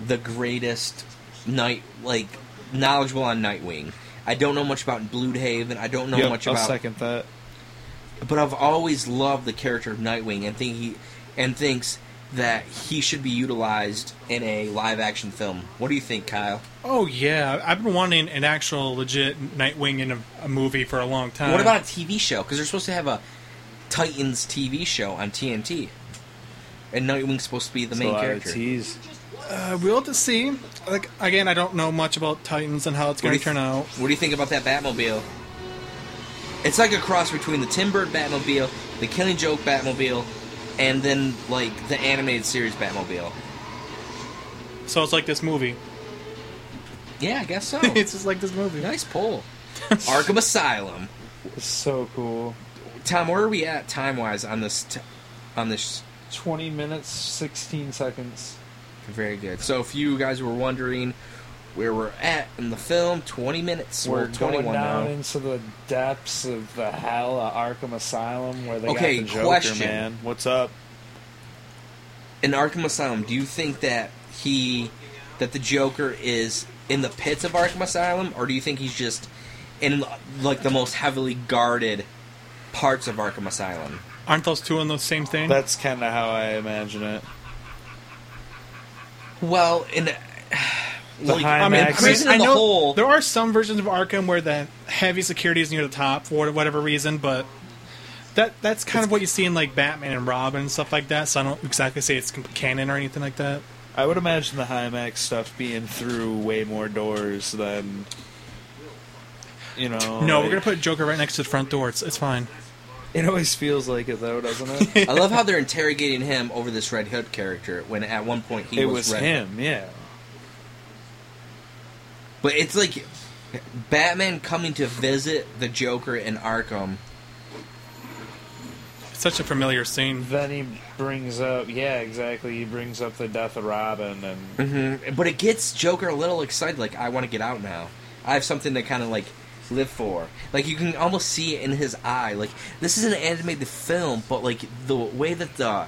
Speaker 3: the greatest night like knowledgeable on Nightwing. I don't know much about Bloodhaven. I don't know
Speaker 6: Yep,
Speaker 3: much
Speaker 6: I'll
Speaker 3: about,
Speaker 6: second that.
Speaker 3: but I've always loved the character of Nightwing and think he and thinks that he should be utilized in a live action film. What do you think, Kyle?
Speaker 5: Oh yeah, I've been wanting an actual legit Nightwing in a, a movie for a long time.
Speaker 3: What about a TV show? Because they're supposed to have a Titans TV show on TNT, and Nightwing's supposed to be the
Speaker 6: It's a
Speaker 3: main
Speaker 6: lot of
Speaker 3: character.
Speaker 6: tease.
Speaker 5: Uh, we'll just see. Like again, I don't know much about Titans and how it's
Speaker 3: What do you
Speaker 5: going to turn out.
Speaker 3: What do you think about that Batmobile? It's like a cross between the Tim Burton Batmobile, the Killing Joke Batmobile, and then like the animated series Batmobile.
Speaker 5: So it's like this movie.
Speaker 3: Yeah, I guess so.
Speaker 5: it's just like this movie.
Speaker 3: nice pull. Arkham Asylum.
Speaker 6: It's so cool.
Speaker 3: Tom, where are we at time wise on this? T- on this.
Speaker 6: 20 minutes, 16 seconds.
Speaker 3: Very good. So, if you guys were wondering where we're at in the film, 20 minutes.
Speaker 6: We're
Speaker 3: well,
Speaker 6: going
Speaker 3: 21
Speaker 6: down
Speaker 3: now.
Speaker 6: into the depths of the hell of Arkham Asylum where they
Speaker 3: Okay,
Speaker 6: got the Joker,
Speaker 3: question.
Speaker 6: man. What's up?
Speaker 3: in Arkham Asylum, do you think that he that the Joker is in the pits of Arkham Asylum, or do you think he's just in like the most heavily guarded parts of Arkham Asylum?
Speaker 5: Aren't those two in the same thing?
Speaker 6: That's kind of how I imagine it.
Speaker 3: Well, in like,
Speaker 6: high
Speaker 3: I mean,
Speaker 6: maxes-
Speaker 3: prison in the
Speaker 5: know
Speaker 3: hole.
Speaker 5: there are some versions of Arkham where the heavy security is near the top for whatever reason, but that that's kind of what you see in like Batman and Robin and stuff like that. So I don't exactly say it's canon or anything like that.
Speaker 6: I would imagine the Hymax stuff being through way more doors than you know.
Speaker 5: No,
Speaker 6: like-
Speaker 5: we're gonna put Joker right next to the front door. It's it's fine.
Speaker 7: It always feels like it though, doesn't it?
Speaker 3: I love how they're interrogating him over this Red Hood character when at one point he
Speaker 6: it
Speaker 3: was,
Speaker 6: was
Speaker 3: Red Hood.
Speaker 6: him, yeah.
Speaker 3: But it's like Batman coming to visit the Joker in Arkham.
Speaker 5: It's such a familiar scene.
Speaker 6: Then he brings up, yeah, exactly. He brings up the death of Robin, and
Speaker 3: Mm-hmm. But it gets Joker a little excited, like I want to get out now. I have something to kind of like live for. Like you can almost see it in his eye. Like this is an animated film, but like the way that the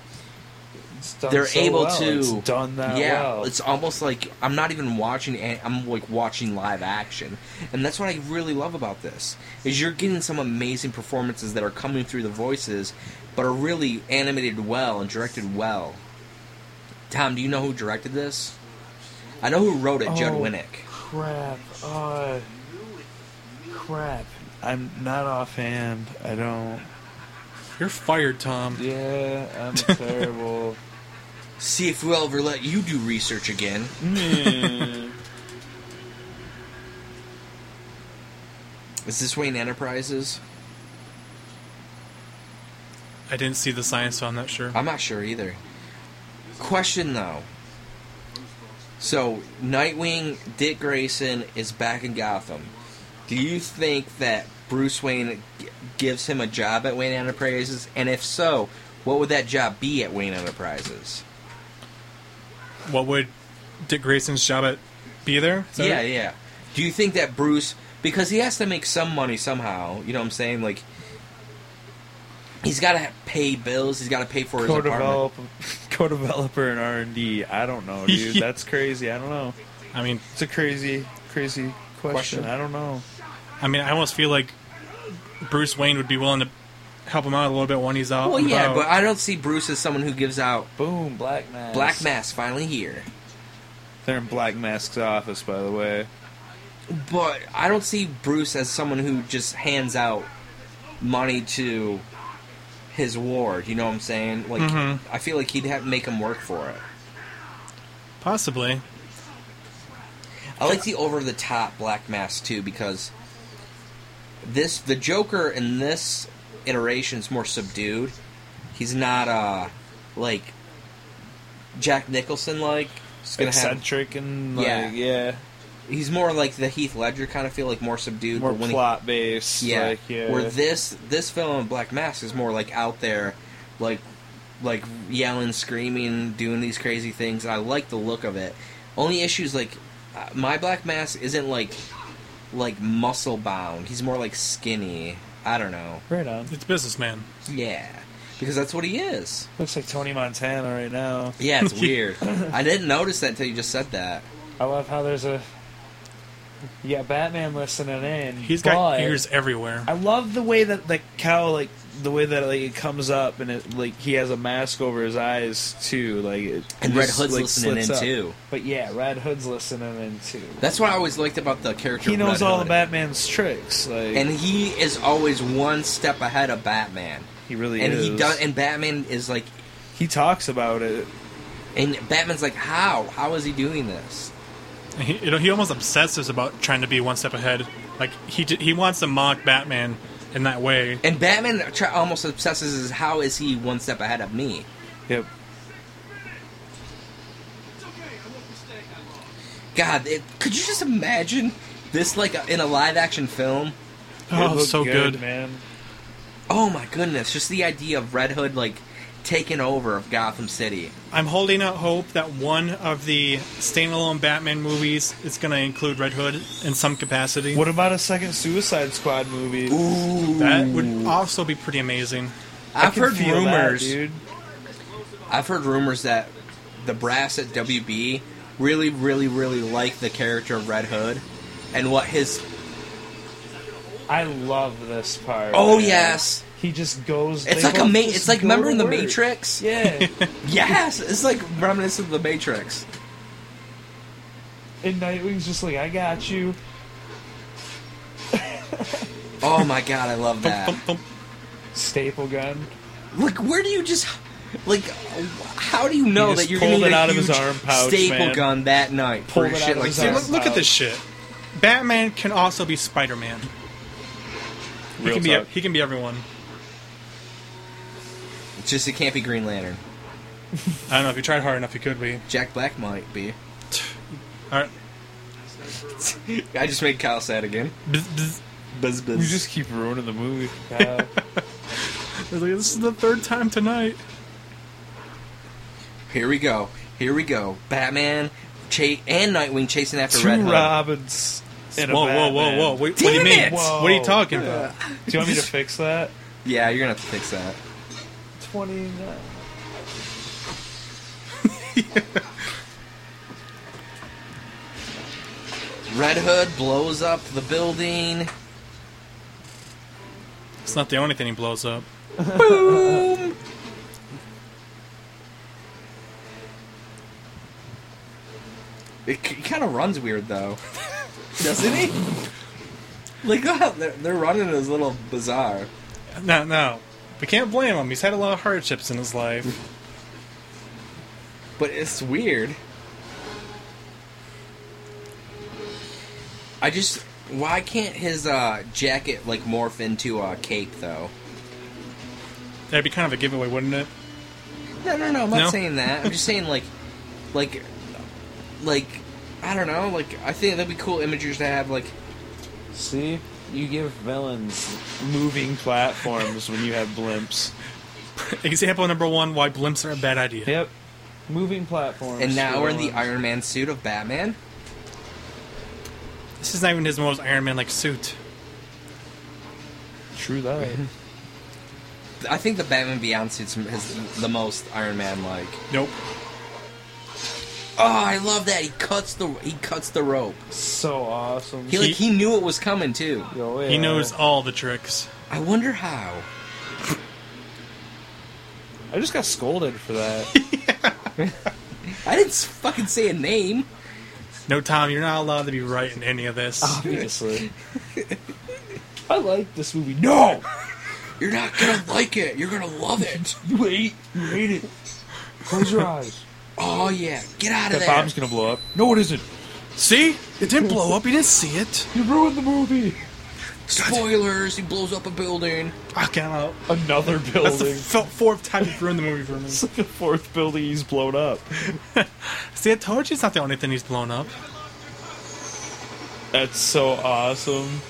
Speaker 6: it's done
Speaker 3: Mm-hmm. they're
Speaker 6: so
Speaker 3: able
Speaker 6: well.
Speaker 3: to
Speaker 6: It's done that
Speaker 3: yeah
Speaker 6: well.
Speaker 3: it's almost like i'm not even watching an- i'm like watching live action and that's what i really love about this is you're getting some amazing performances that are coming through the voices but are really animated well and directed well tom do you know who directed this i know who wrote it judd
Speaker 6: Oh.
Speaker 3: winnick
Speaker 6: crap. Uh, crap. I'm not offhand. I don't.
Speaker 5: You're fired, Tom.
Speaker 6: Yeah, I'm terrible.
Speaker 3: see if we'll ever let you do research again
Speaker 6: Hmm.
Speaker 3: is this wayne enterprises
Speaker 5: I didn't see the sign, so I'm not sure.
Speaker 3: I'm not sure either. Question though. So Nightwing, Dick Grayson is back in Gotham. Do you think that Bruce Wayne g- gives him a job at Wayne Enterprises? And if so, what would that job be at Wayne Enterprises?
Speaker 5: What would Dick Grayson's job at be there? Is that
Speaker 3: yeah,
Speaker 5: it?
Speaker 3: yeah. Do you think that Bruce because he has to make some money somehow, you know what I'm saying? Like he's got to pay bills, he's got to pay for his apartment.
Speaker 6: co-develop, co-developer and R and D. I don't know, dude. That's crazy. I don't know.
Speaker 5: I mean,
Speaker 6: It's a crazy, crazy question.
Speaker 3: Question.
Speaker 6: I don't know.
Speaker 5: I mean, I almost feel like Bruce Wayne would be willing to help him out a little bit when he's out.
Speaker 3: Well,
Speaker 5: and
Speaker 3: yeah,
Speaker 5: about.
Speaker 3: but I don't see Bruce as someone who gives out
Speaker 6: Boom, Black Mask.
Speaker 3: Black Mass finally here.
Speaker 6: They're in Black Mask's office, by the way.
Speaker 3: But I don't see Bruce as someone who just hands out money to his ward. You know what I'm saying? Like,
Speaker 5: Mhm.
Speaker 6: Mm-hmm.
Speaker 3: I feel like he'd have make him work for it.
Speaker 5: possibly.
Speaker 3: I like the over the top Black Mass too because this the Joker in this iteration is more subdued. He's not uh like Jack Nicholson like. Just gonna have
Speaker 6: Eccentric and like,
Speaker 3: Yeah.
Speaker 6: yeah,
Speaker 3: he's more like the Heath Ledger kind of feel, like more subdued.
Speaker 6: more
Speaker 3: but when he-
Speaker 6: plot based.
Speaker 3: Yeah.
Speaker 6: like, yeah.
Speaker 3: Where this this film Black Mask is more like out there, like like yelling, screaming, doing these crazy things. And I like the look of it. Only issues like uh, my Black Mask isn't like like muscle bound. He's more like skinny. I don't know.
Speaker 6: right on.
Speaker 5: It's businessman.
Speaker 3: Yeah. Because that's what he is.
Speaker 6: Looks like Tony Montana right now.
Speaker 3: Yeah, it's weird. I didn't notice that until you just said that.
Speaker 6: I love how there's a you got Batman listening in.
Speaker 5: He's got
Speaker 6: but
Speaker 5: ears everywhere.
Speaker 6: I love the way that the cow like the way that like it comes up and it like he has a mask over his eyes too, like it,
Speaker 3: And
Speaker 6: it
Speaker 3: Red
Speaker 6: just,
Speaker 3: Hood's
Speaker 6: like,
Speaker 3: listening
Speaker 6: slits
Speaker 3: in
Speaker 6: up.
Speaker 3: too.
Speaker 6: But yeah, Red Hood's listening in too.
Speaker 3: That's what I always liked about the character.
Speaker 6: he
Speaker 3: of
Speaker 6: knows
Speaker 3: Red
Speaker 6: all
Speaker 3: Hood.
Speaker 6: of Batman's tricks. Like
Speaker 3: and he is always one step ahead of Batman.
Speaker 6: he really
Speaker 3: and
Speaker 6: is.
Speaker 3: he does and batman is like
Speaker 6: he talks about it.
Speaker 3: and batman's like how how is he doing this
Speaker 5: He, you know, he almost obsesses about trying to be one step ahead. Like he j- he wants to mock Batman in that way.
Speaker 3: and batman try, almost obsesses is how is he one step ahead of me
Speaker 6: Yep.
Speaker 3: god it, could you just imagine this like in a live action film
Speaker 5: Oh,
Speaker 6: It
Speaker 5: so
Speaker 6: looked
Speaker 5: good.
Speaker 6: man.
Speaker 3: oh my goodness just the idea of red hood like taking over of gotham city
Speaker 5: I'm holding out hope that one of the standalone Batman movies is going to include Red Hood in some capacity.
Speaker 6: What about a second Suicide Squad movie?
Speaker 5: That would also be pretty amazing.
Speaker 6: I
Speaker 3: i've
Speaker 6: can
Speaker 3: heard
Speaker 6: feel that,
Speaker 3: rumors
Speaker 6: dude.
Speaker 3: I've heard rumors that the brass at WB really, really, really like the character of Red Hood and what his.
Speaker 6: I love this part.
Speaker 3: Oh
Speaker 6: man.
Speaker 3: yes,
Speaker 6: He just goes.
Speaker 3: it's
Speaker 6: they
Speaker 3: like a
Speaker 6: both
Speaker 3: ma-
Speaker 6: just
Speaker 3: it's like
Speaker 6: go
Speaker 3: remember
Speaker 6: to
Speaker 3: in the
Speaker 6: work.
Speaker 3: Matrix.
Speaker 6: Yeah,
Speaker 3: Yes, it's like reminiscent of the Matrix.
Speaker 6: and Nightwing's just like, I got you.
Speaker 3: Oh my god, I love that.
Speaker 5: Thump, thump.
Speaker 6: Staple gun.
Speaker 3: Like, where do you just like? How do you know
Speaker 6: He just
Speaker 3: that you're
Speaker 6: pulled
Speaker 3: gonna need
Speaker 6: it
Speaker 3: a
Speaker 6: out of his
Speaker 3: huge
Speaker 6: arm pouch,
Speaker 3: staple
Speaker 6: man.
Speaker 3: gun that night for
Speaker 6: Pulled it
Speaker 3: shit
Speaker 6: out of
Speaker 3: like
Speaker 6: his
Speaker 5: Dude,
Speaker 6: arm.
Speaker 3: this?
Speaker 5: look, look at this shit. Batman can also be Spider Man. He
Speaker 8: Real
Speaker 5: can be
Speaker 8: talk.
Speaker 5: he can be everyone.
Speaker 3: It's just it can't be Green Lantern.
Speaker 5: I don't know if you tried hard enough, you could be.
Speaker 3: Jack Black might be.
Speaker 5: All right.
Speaker 3: I just made Kyle sad again.
Speaker 5: Bzz, bzz.
Speaker 3: Buzz
Speaker 6: You
Speaker 3: buzz.
Speaker 6: just keep ruining the movie.
Speaker 5: I was like, this is the third time tonight.
Speaker 3: Here we go. Here we go. Batman cha- and Nightwing chasing after
Speaker 6: Two
Speaker 3: Red Hood.
Speaker 6: Robins. And a
Speaker 5: whoa, whoa, whoa,
Speaker 6: Batman.
Speaker 5: whoa, Wait, What do
Speaker 3: Damn
Speaker 5: you mean?
Speaker 3: it!
Speaker 5: What are you talking about?
Speaker 6: Do you want me to fix that?
Speaker 3: Yeah, you're gonna have to fix that.
Speaker 6: Twenty nine.
Speaker 3: Red Hood blows up the building.
Speaker 5: It's not the only thing he blows up.
Speaker 3: It, c- kind of runs weird though, doesn't he? Like look how they're, they're running is a little bizarre.
Speaker 5: No, no. We can't blame him. He's had a lot of hardships in his life.
Speaker 3: But it's weird. I just why can't his uh, jacket like morph into a cape though?
Speaker 5: That'd be kind of a giveaway, wouldn't it?
Speaker 3: No, no, no. I'm not
Speaker 5: No?
Speaker 3: saying that. I'm just saying like, like, like I don't know. Like I think that'd be cool imagers to have. Like
Speaker 6: See, you give villains moving platforms when you have blimps.
Speaker 5: Example number one why blimps are a bad idea.
Speaker 6: Yep, moving platforms.
Speaker 3: and now
Speaker 6: for
Speaker 3: we're in the
Speaker 6: villains.
Speaker 3: Iron Man suit of Batman.
Speaker 5: This is not even his most Iron Man like suit.
Speaker 6: True that.
Speaker 3: I think the Batman Beyond suit's his, the most Iron Man like.
Speaker 5: Nope.
Speaker 3: Oh, I love that he cuts the he cuts the rope.
Speaker 6: so awesome.
Speaker 3: He like he knew it was coming too.
Speaker 6: Yo,
Speaker 5: He
Speaker 6: yeah.
Speaker 5: knows all the tricks.
Speaker 3: I wonder how.
Speaker 6: I just got scolded for that.
Speaker 3: I didn't s- fucking say a name.
Speaker 5: No, Tom, you're not allowed to be right in any of this.
Speaker 6: Oh. Obviously. I like this movie. No,
Speaker 3: You're not gonna like it. You're gonna love it.
Speaker 6: you hate, you hate it. Close your eyes.
Speaker 3: Oh yeah, get out of
Speaker 6: That
Speaker 3: there.
Speaker 6: bomb's gonna blow up. No, it isn't.
Speaker 5: see? It didn't blow up. You didn't see it.
Speaker 6: You ruined the movie.
Speaker 3: Spoilers. He blows up a building.
Speaker 5: Fuck out.
Speaker 6: Another
Speaker 5: That's the
Speaker 6: building.
Speaker 5: f- fourth time you've ruined the movie for me.
Speaker 6: It's like the fourth building he's blown up.
Speaker 5: See, I told you it's not the only thing he's blown up.
Speaker 6: That's so awesome.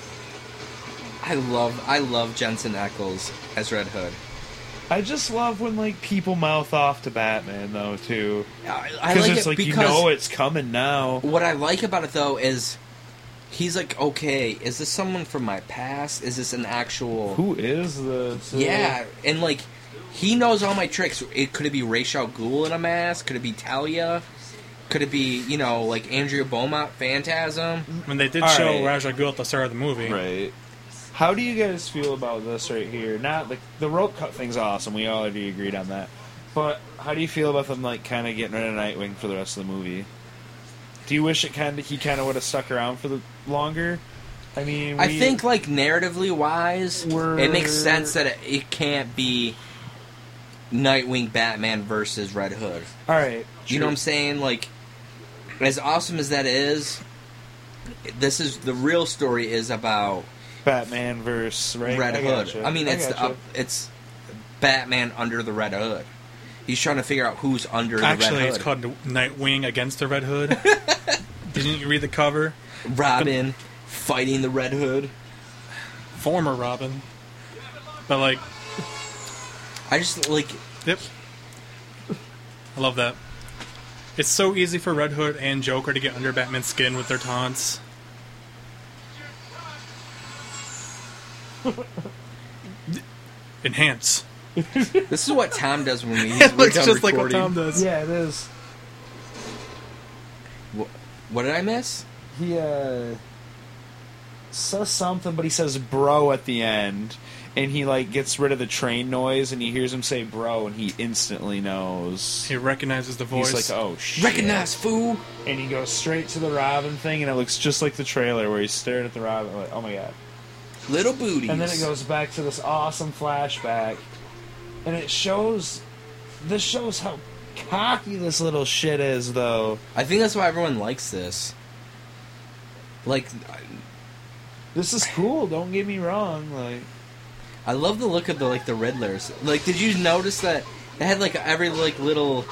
Speaker 3: I love I love Jensen Ackles as Red Hood.
Speaker 6: I just love when like people mouth off to Batman though too,
Speaker 3: I, I
Speaker 6: because
Speaker 3: like
Speaker 6: it's
Speaker 3: it
Speaker 6: like you
Speaker 3: because
Speaker 6: know it's coming now.
Speaker 3: what I like about it though is he's like, okay, is this someone from my past? Is this an actual?
Speaker 6: Who is this?
Speaker 3: yeah, and like he knows all my tricks. It could it be Ra's al Ghul in a mask? Could it be Talia? Could it be you know like Andrea Beaumont Phantasm?
Speaker 5: When they did
Speaker 6: All
Speaker 5: show
Speaker 6: right.
Speaker 5: Rajah Ghul at the start of the movie.
Speaker 6: Right. How do you guys feel about this right here? Not the the rope cut thing's awesome. We already agreed on that. But how do you feel about them like kind of getting rid of Nightwing for the rest of the movie? Do you wish it kind of he kind of would have stuck around for the longer? I mean,
Speaker 3: I
Speaker 6: we-
Speaker 3: think like narratively wise,
Speaker 6: We're-
Speaker 3: it makes sense that it, it can't be Nightwing Batman versus Red Hood.
Speaker 6: all right.
Speaker 3: You
Speaker 6: sure.
Speaker 3: know what I'm saying? Like, as awesome as that is, this is the real story is about
Speaker 6: Batman verse right?
Speaker 3: Red
Speaker 6: I
Speaker 3: Hood.
Speaker 6: gotcha.
Speaker 3: I mean, it's the
Speaker 6: gotcha.
Speaker 3: up, it's Batman under the Red Hood. He's trying to figure out who's under the
Speaker 5: Actually,
Speaker 3: Red
Speaker 5: it's
Speaker 3: Hood.
Speaker 5: called Nightwing Against the Red Hood. Didn't you read the cover?
Speaker 3: Robin fighting the Red Hood.
Speaker 5: Former Robin. But, like,
Speaker 3: I just like
Speaker 5: yep. I love that. It's so easy for Red Hood and Joker to get under Batman's skin with their taunts. Enhance.
Speaker 3: this is what Tom does when we.
Speaker 5: It looks
Speaker 3: when
Speaker 5: just like what
Speaker 3: recording.
Speaker 5: Tom does.
Speaker 6: Yeah, it is.
Speaker 3: Wh- What did I miss?
Speaker 6: he uh says something but he says bro at the end and he like gets rid of the train noise and he hears him say bro and he instantly knows
Speaker 5: He recognizes the voice.
Speaker 6: he's like oh shit
Speaker 3: Recognize fool.
Speaker 6: and he goes straight to the robin thing and it looks just like the trailer where he's staring at the robin like oh my god
Speaker 3: Little booties.
Speaker 6: and then it goes back to this awesome flashback and it shows this shows how cocky this little shit is though
Speaker 3: I think that's why everyone likes this. Like,
Speaker 6: this is cool don't get me wrong like
Speaker 3: I love the look of the like the Riddlers. Like, did you notice that they had like every like little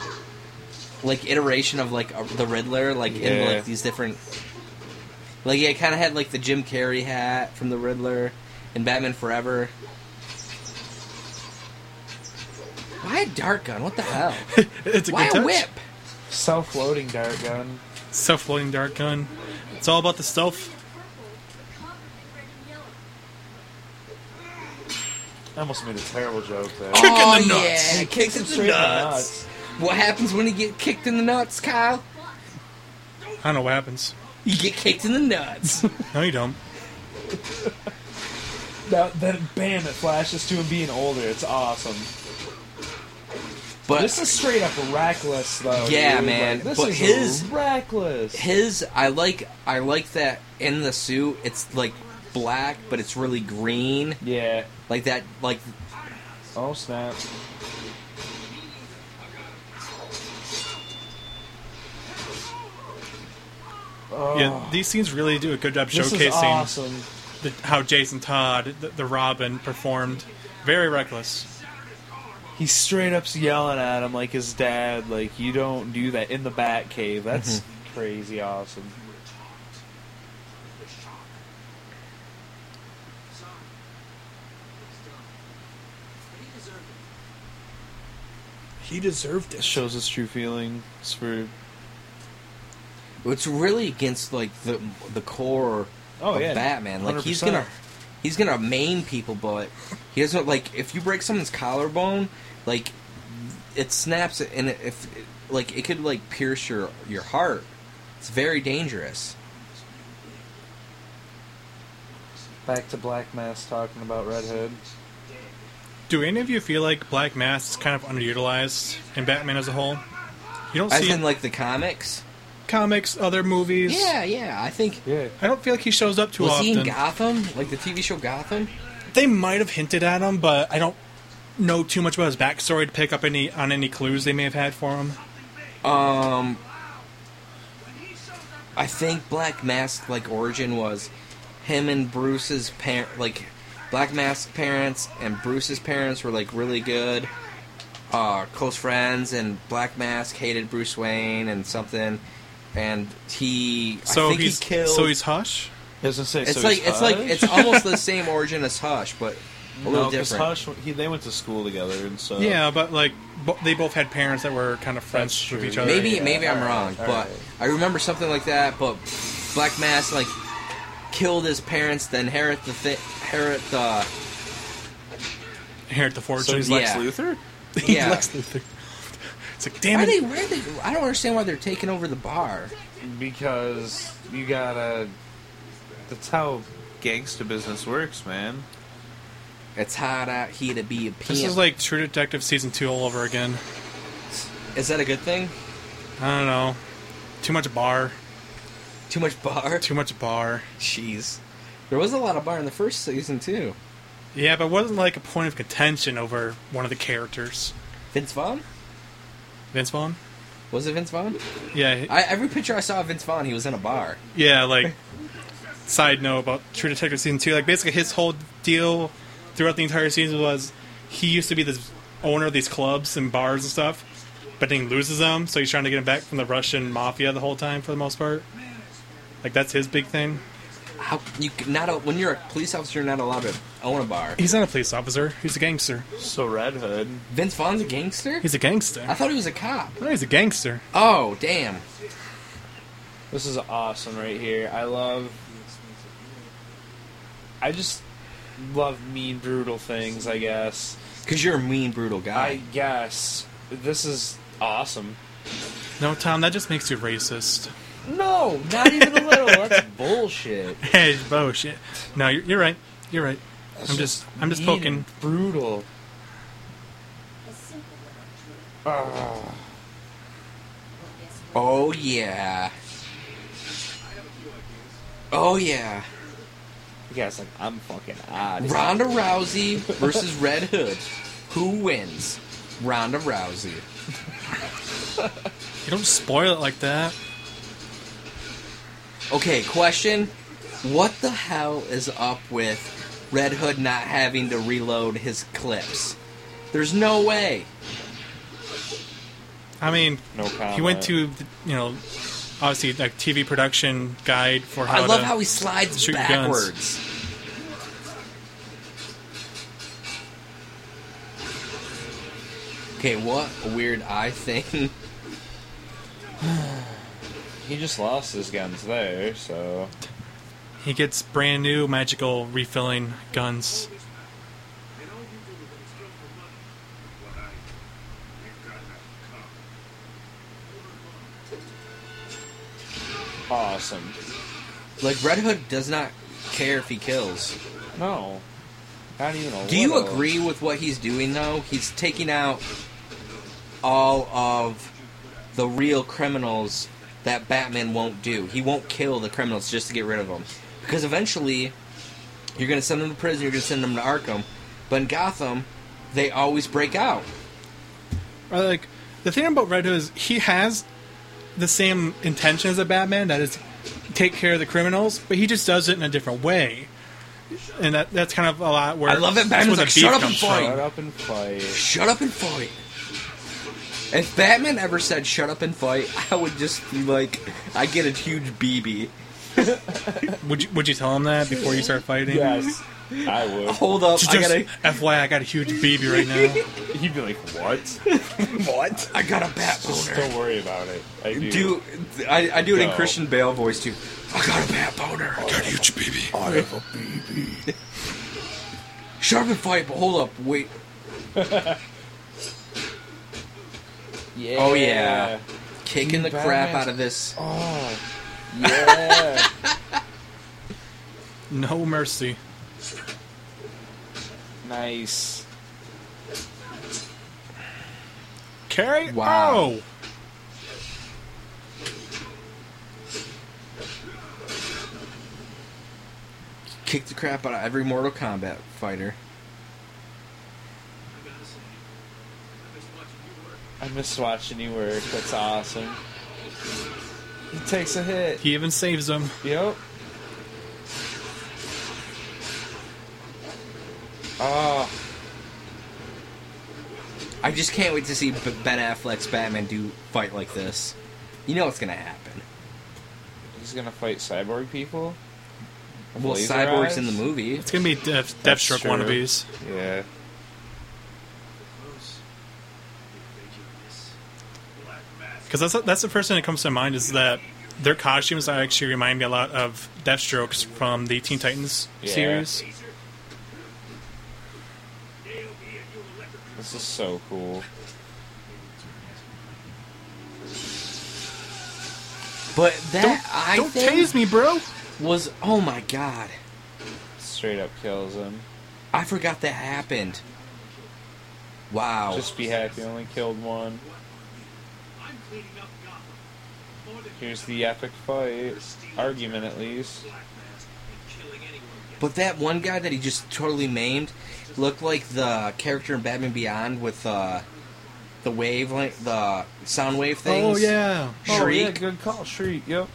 Speaker 3: like iteration of like a, the Riddler like in
Speaker 6: Yeah.
Speaker 3: like these different. Like yeah, it kind of had like the Jim Carrey hat from the Riddler and Batman Forever. Why a dart gun? What the hell?
Speaker 5: It's a
Speaker 3: Why a
Speaker 5: good touch.
Speaker 3: whip?
Speaker 6: Self-loading dart gun.
Speaker 5: Self-loading dart gun. It's all about the stealth.
Speaker 6: I almost made a terrible joke there.
Speaker 3: oh,
Speaker 5: in the nuts.
Speaker 3: Yeah, kicks in the nuts. What happens when you get kicked in the nuts, Kyle?
Speaker 5: I don't know what happens.
Speaker 3: You get kicked in the nuts.
Speaker 5: No, you don't.
Speaker 6: Now, then, bam! It flashes to him being older. It's awesome.
Speaker 3: But
Speaker 6: This is straight up reckless, though.
Speaker 3: Yeah,
Speaker 6: dude.
Speaker 3: man,
Speaker 6: Like, this
Speaker 3: but
Speaker 6: is
Speaker 3: his-
Speaker 6: reckless.
Speaker 3: his I like I like that in the suit. It's like black, but it's really green.
Speaker 6: yeah.
Speaker 3: Like that like
Speaker 6: Oh snap!
Speaker 5: Yeah, these scenes really do a good job
Speaker 6: This
Speaker 5: showcasing
Speaker 6: is awesome.
Speaker 5: the, how Jason Todd, the, the Robin, performed. Very reckless.
Speaker 6: He straight up's yelling at him like his dad. Like you don't do that in the Bat Cave. That's crazy awesome.
Speaker 5: He deserved it.
Speaker 6: Shows his true feelings for.
Speaker 3: it's really against like the the core
Speaker 6: Oh,
Speaker 3: of
Speaker 6: yeah,
Speaker 3: Batman. Like he's
Speaker 6: 100%.
Speaker 3: gonna he's gonna maim people, but he doesn't like if you break someone's collarbone, like it snaps it, and if like it could like pierce your your heart. It's very dangerous.
Speaker 6: Back to Black Mass talking about Red Hood.
Speaker 5: Do any of you feel like Black Mass is kind of underutilized in Batman as a whole? You don't
Speaker 3: As
Speaker 5: see
Speaker 3: in like the comics.
Speaker 5: comics, other movies.
Speaker 3: Yeah, yeah. I think
Speaker 6: Yeah.
Speaker 5: I don't feel like he shows up too
Speaker 3: was
Speaker 5: often.
Speaker 3: he in Gotham? Like the TV show Gotham?
Speaker 5: they might have hinted at him, but I don't know too much about his backstory to pick up any on any clues they may have had for him.
Speaker 3: Um, I think Black Mask like origin was him and Bruce's parent, like Black Mask parents and Bruce's parents were like really good, uh, close friends, and Black Mask hated Bruce Wayne and something, and he I
Speaker 5: So
Speaker 3: think
Speaker 5: he's
Speaker 3: he killed.
Speaker 5: so he's Hush.
Speaker 6: Doesn't say.
Speaker 3: it's
Speaker 6: so
Speaker 3: like
Speaker 6: he's
Speaker 3: it's like
Speaker 6: Hush?
Speaker 3: it's almost the same origin as Hush, but a little
Speaker 6: no, 'cause
Speaker 3: different.
Speaker 6: Hush. He, they went to school together, and
Speaker 3: Uh,
Speaker 6: so
Speaker 5: yeah, but like bo- they both had parents that were kind of friends with
Speaker 6: true,
Speaker 5: each
Speaker 6: yeah.
Speaker 5: other.
Speaker 3: Maybe
Speaker 6: Yeah,
Speaker 3: maybe I'm
Speaker 6: alright,
Speaker 3: wrong, but
Speaker 6: alright.
Speaker 3: I remember something like that. But Black Mass like killed his parents, then inherit the thi- uh, inherit the
Speaker 5: inherit the fortune.
Speaker 6: So he's
Speaker 3: like-
Speaker 6: Lex
Speaker 3: Yeah.
Speaker 6: Luthor.
Speaker 3: yeah.
Speaker 5: Lex Luthor. It's like damn
Speaker 3: Why they,
Speaker 5: it.
Speaker 3: why they? I don't understand why they're taking over the bar.
Speaker 6: Because you gotta. That's how gangsta business works, man.
Speaker 3: It's hot out here to be a pimp.
Speaker 5: this is like True Detective season two all over again.
Speaker 3: is that a good thing?
Speaker 5: I don't know. Too much bar.
Speaker 3: Too much bar.
Speaker 5: Too much bar.
Speaker 3: Jeez, there was a lot of bar in the first season too.
Speaker 5: Yeah, but it wasn't like a point of contention over one of the characters.
Speaker 3: Vince Vaughn
Speaker 5: Vince Vaughn.
Speaker 3: was it Vince Vaughn?
Speaker 5: Yeah, he-
Speaker 3: I, every picture I saw of Vince Vaughn, he was in a bar.
Speaker 5: Yeah, like side note about True Detective season two, like basically his whole deal throughout the entire season was he used to be this owner of these clubs and bars and stuff, but then he loses them, so he's trying to get them back from the Russian mafia the whole time for the most part. Like that's his big thing.
Speaker 3: How you c- not a, when you're a police officer, you're not allowed to own a bar.
Speaker 5: He's not a police officer. He's a gangster.
Speaker 6: So Red Hood.
Speaker 3: Vince Vaughn's a gangster.
Speaker 5: He's a
Speaker 3: I
Speaker 5: gangster.
Speaker 3: thought he was a cop.
Speaker 5: No, he's a gangster.
Speaker 3: Oh, damn.
Speaker 6: This is awesome right here. I love. I just love mean, brutal things. I guess.
Speaker 3: Because you're a mean, brutal
Speaker 6: I
Speaker 3: guy.
Speaker 6: guess this is awesome.
Speaker 5: No, Tom, that just makes you racist.
Speaker 6: No, not even a little. That's bullshit.
Speaker 5: Hey, bullshit. No, you're, you're right. You're right. I'm just, I'm just
Speaker 6: Mean
Speaker 5: poking.
Speaker 6: and Brutal. Ah,
Speaker 3: oh, yeah. Oh, yeah.
Speaker 6: you guys like I'm fucking odd.
Speaker 3: Ronda Rousey versus Red Hood. Who wins? Ronda Rousey.
Speaker 5: You don't spoil it like that.
Speaker 3: Okay, question. What the hell is up with Red Hood not having to reload his clips. There's no way.
Speaker 5: I mean,
Speaker 6: No comment.
Speaker 5: he went to the, you know obviously like TV production guide for how.
Speaker 3: I love
Speaker 5: to,
Speaker 3: how he slides
Speaker 5: shoot guns.
Speaker 3: backwards. Okay, what a weird eye thing.
Speaker 6: He just lost his guns there, so
Speaker 5: he gets brand new magical refilling guns.
Speaker 6: awesome.
Speaker 3: Like Red Hood does not care if he kills.
Speaker 6: No, not even a
Speaker 3: Do you
Speaker 6: little.
Speaker 3: agree with what he's doing though? He's taking out all of the real criminals that Batman won't do. He won't kill the criminals just to get rid of them. Because eventually you're going to send them to prison, you're going to send them to Arkham. But in Gotham, they always break out.
Speaker 5: Or, Uh, like the thing about Red Hood is he has the same intention as a Batman, that is take care of the criminals, but he just does it in a different way. And that that's kind of a lot where
Speaker 3: I love it.
Speaker 5: that's
Speaker 3: Batman's
Speaker 5: where the
Speaker 3: like,
Speaker 5: beef
Speaker 3: "Shut up and
Speaker 5: comes from.
Speaker 3: fight."
Speaker 6: Shut up and fight.
Speaker 3: Shut up and fight. If Batman ever said shut up and fight, I would just be like, I get a huge BB.
Speaker 5: Would you would you tell him that before you start fighting?
Speaker 6: Yes, I would.
Speaker 3: Hold up,
Speaker 5: Just
Speaker 3: I gotta.
Speaker 5: FYI, I got a huge BB right now.
Speaker 6: He'd be like, "What?
Speaker 3: What? I got a bat boner.
Speaker 6: Don't worry about it." I do.
Speaker 3: Do I, I do it in
Speaker 6: Go.
Speaker 3: Christian Bale voice too? I got a bat boner. I got a huge BB. I have a BB. Shut up and fight, but hold up, wait.
Speaker 6: Yeah.
Speaker 3: Oh, yeah. Kicking the crap
Speaker 6: Batman's-
Speaker 3: out of this.
Speaker 6: Oh. Yeah.
Speaker 5: No mercy.
Speaker 6: nice.
Speaker 5: Carrie?
Speaker 3: Wow.
Speaker 5: Oh!
Speaker 3: Kick the crap out of every Mortal Kombat fighter.
Speaker 6: I miss watching you work. That's awesome. He takes a hit.
Speaker 5: He even saves him.
Speaker 6: Yep. Oh,
Speaker 3: I just can't wait to see B- Ben Affleck's Batman do fight like this. You know what's gonna happen.
Speaker 6: he's gonna fight cyborg people.
Speaker 3: Well,
Speaker 6: Laser
Speaker 3: Cyborg's
Speaker 6: eyes?
Speaker 3: in the movie.
Speaker 5: It's gonna be Death,
Speaker 6: That's
Speaker 5: Deathstroke
Speaker 6: true.
Speaker 5: wannabes.
Speaker 6: Yeah.
Speaker 5: Because that's, that's the first thing that comes to mind is that their costumes actually remind me a lot of Deathstrokes from the Teen Titans
Speaker 6: Yeah.
Speaker 5: series.
Speaker 6: This is so cool.
Speaker 3: But that I
Speaker 5: Don't
Speaker 3: think
Speaker 5: tase me, bro!
Speaker 3: was oh my god,
Speaker 6: Straight up kills him.
Speaker 3: I forgot that happened. Wow.
Speaker 6: Just be happy, only killed one. Here's the epic fight. Argument, at least.
Speaker 3: but that one guy that he just totally maimed looked like the character in Batman Beyond with uh, the wave, like the sound wave
Speaker 5: Oh,
Speaker 3: things.
Speaker 5: yeah.
Speaker 3: Shriek.
Speaker 6: Oh, yeah, good call. Shriek, yep.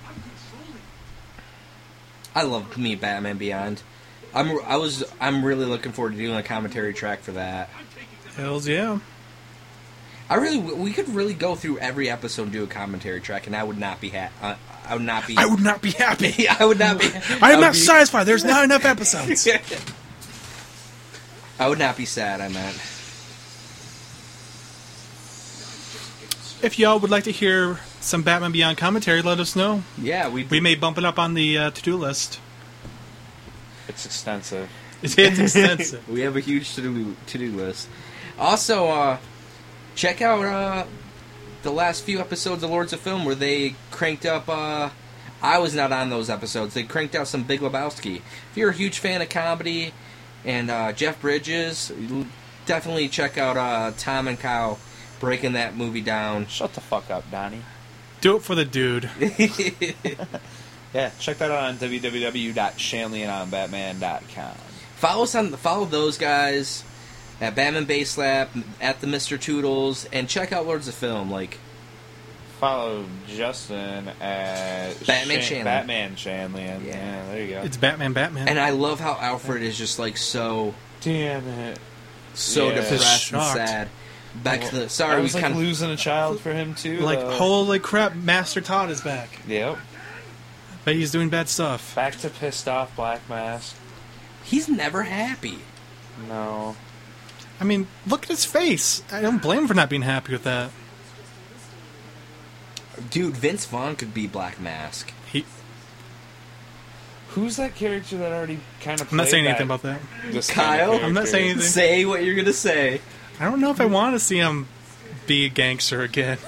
Speaker 3: I love me Batman Beyond. I'm I was I'm really looking forward to doing a commentary track for that.
Speaker 5: Hells yeah.
Speaker 3: I really we could really go through every episode and do a commentary track, and I would not be ha- uh, I would not be
Speaker 5: I would not be happy.
Speaker 3: I would not be
Speaker 5: I am
Speaker 3: would
Speaker 5: not
Speaker 3: be-
Speaker 5: satisfied. There's not enough episodes.
Speaker 3: I would not be sad. I meant
Speaker 5: if y'all would like to hear some Batman Beyond commentary, let us know.
Speaker 3: yeah we
Speaker 5: We may bump it up on the uh, to do list.
Speaker 6: It's extensive.
Speaker 5: It's, it's extensive.
Speaker 3: we have a huge to do to do list. Also, uh, check out uh, the last few episodes of Lords of Film where they cranked up. Uh, I was not on those episodes. They cranked out some Big Lebowski. If you're a huge fan of comedy and uh, Jeff Bridges, l- definitely check out uh, Tom and Kyle breaking that movie down.
Speaker 6: Shut the fuck up, Donnie.
Speaker 5: Do it for the dude.
Speaker 6: Yeah, check that out on www.shanleyandonbatman.com.
Speaker 3: follow us on follow those guys at Batman Base Lab at the Mister Toodles and check out Lords of Film. Like
Speaker 6: follow Justin at
Speaker 3: Batman Shanley.
Speaker 6: Shan- Batman Shanley.
Speaker 3: Yeah.
Speaker 6: Yeah. there you go.
Speaker 5: It's Batman, Batman.
Speaker 3: And I love how Alfred is just like so
Speaker 6: Damn it.
Speaker 3: so
Speaker 6: Yeah.
Speaker 3: depressed and
Speaker 5: Shocked.
Speaker 3: sad. Back to the
Speaker 6: I
Speaker 3: sorry, we
Speaker 6: was like
Speaker 3: kind of
Speaker 6: losing a child for him too.
Speaker 5: like,
Speaker 6: though.
Speaker 5: holy crap, Master Todd is back.
Speaker 6: Yep.
Speaker 5: But he's doing bad stuff.
Speaker 6: Back to pissed off Black Mask.
Speaker 3: he's never happy.
Speaker 6: No.
Speaker 5: I mean, look at his face. I don't blame him for not being happy with that.
Speaker 3: Dude, Vince Vaughn could be Black Mask.
Speaker 5: He,
Speaker 6: Who's that character that already kind of?
Speaker 5: I'm not saying anything about that.
Speaker 6: this.
Speaker 3: Kyle?
Speaker 6: Kind of
Speaker 5: I'm not
Speaker 6: character?
Speaker 5: saying anything.
Speaker 3: Say what you're gonna say.
Speaker 5: I don't know if I want to see him be a gangster again.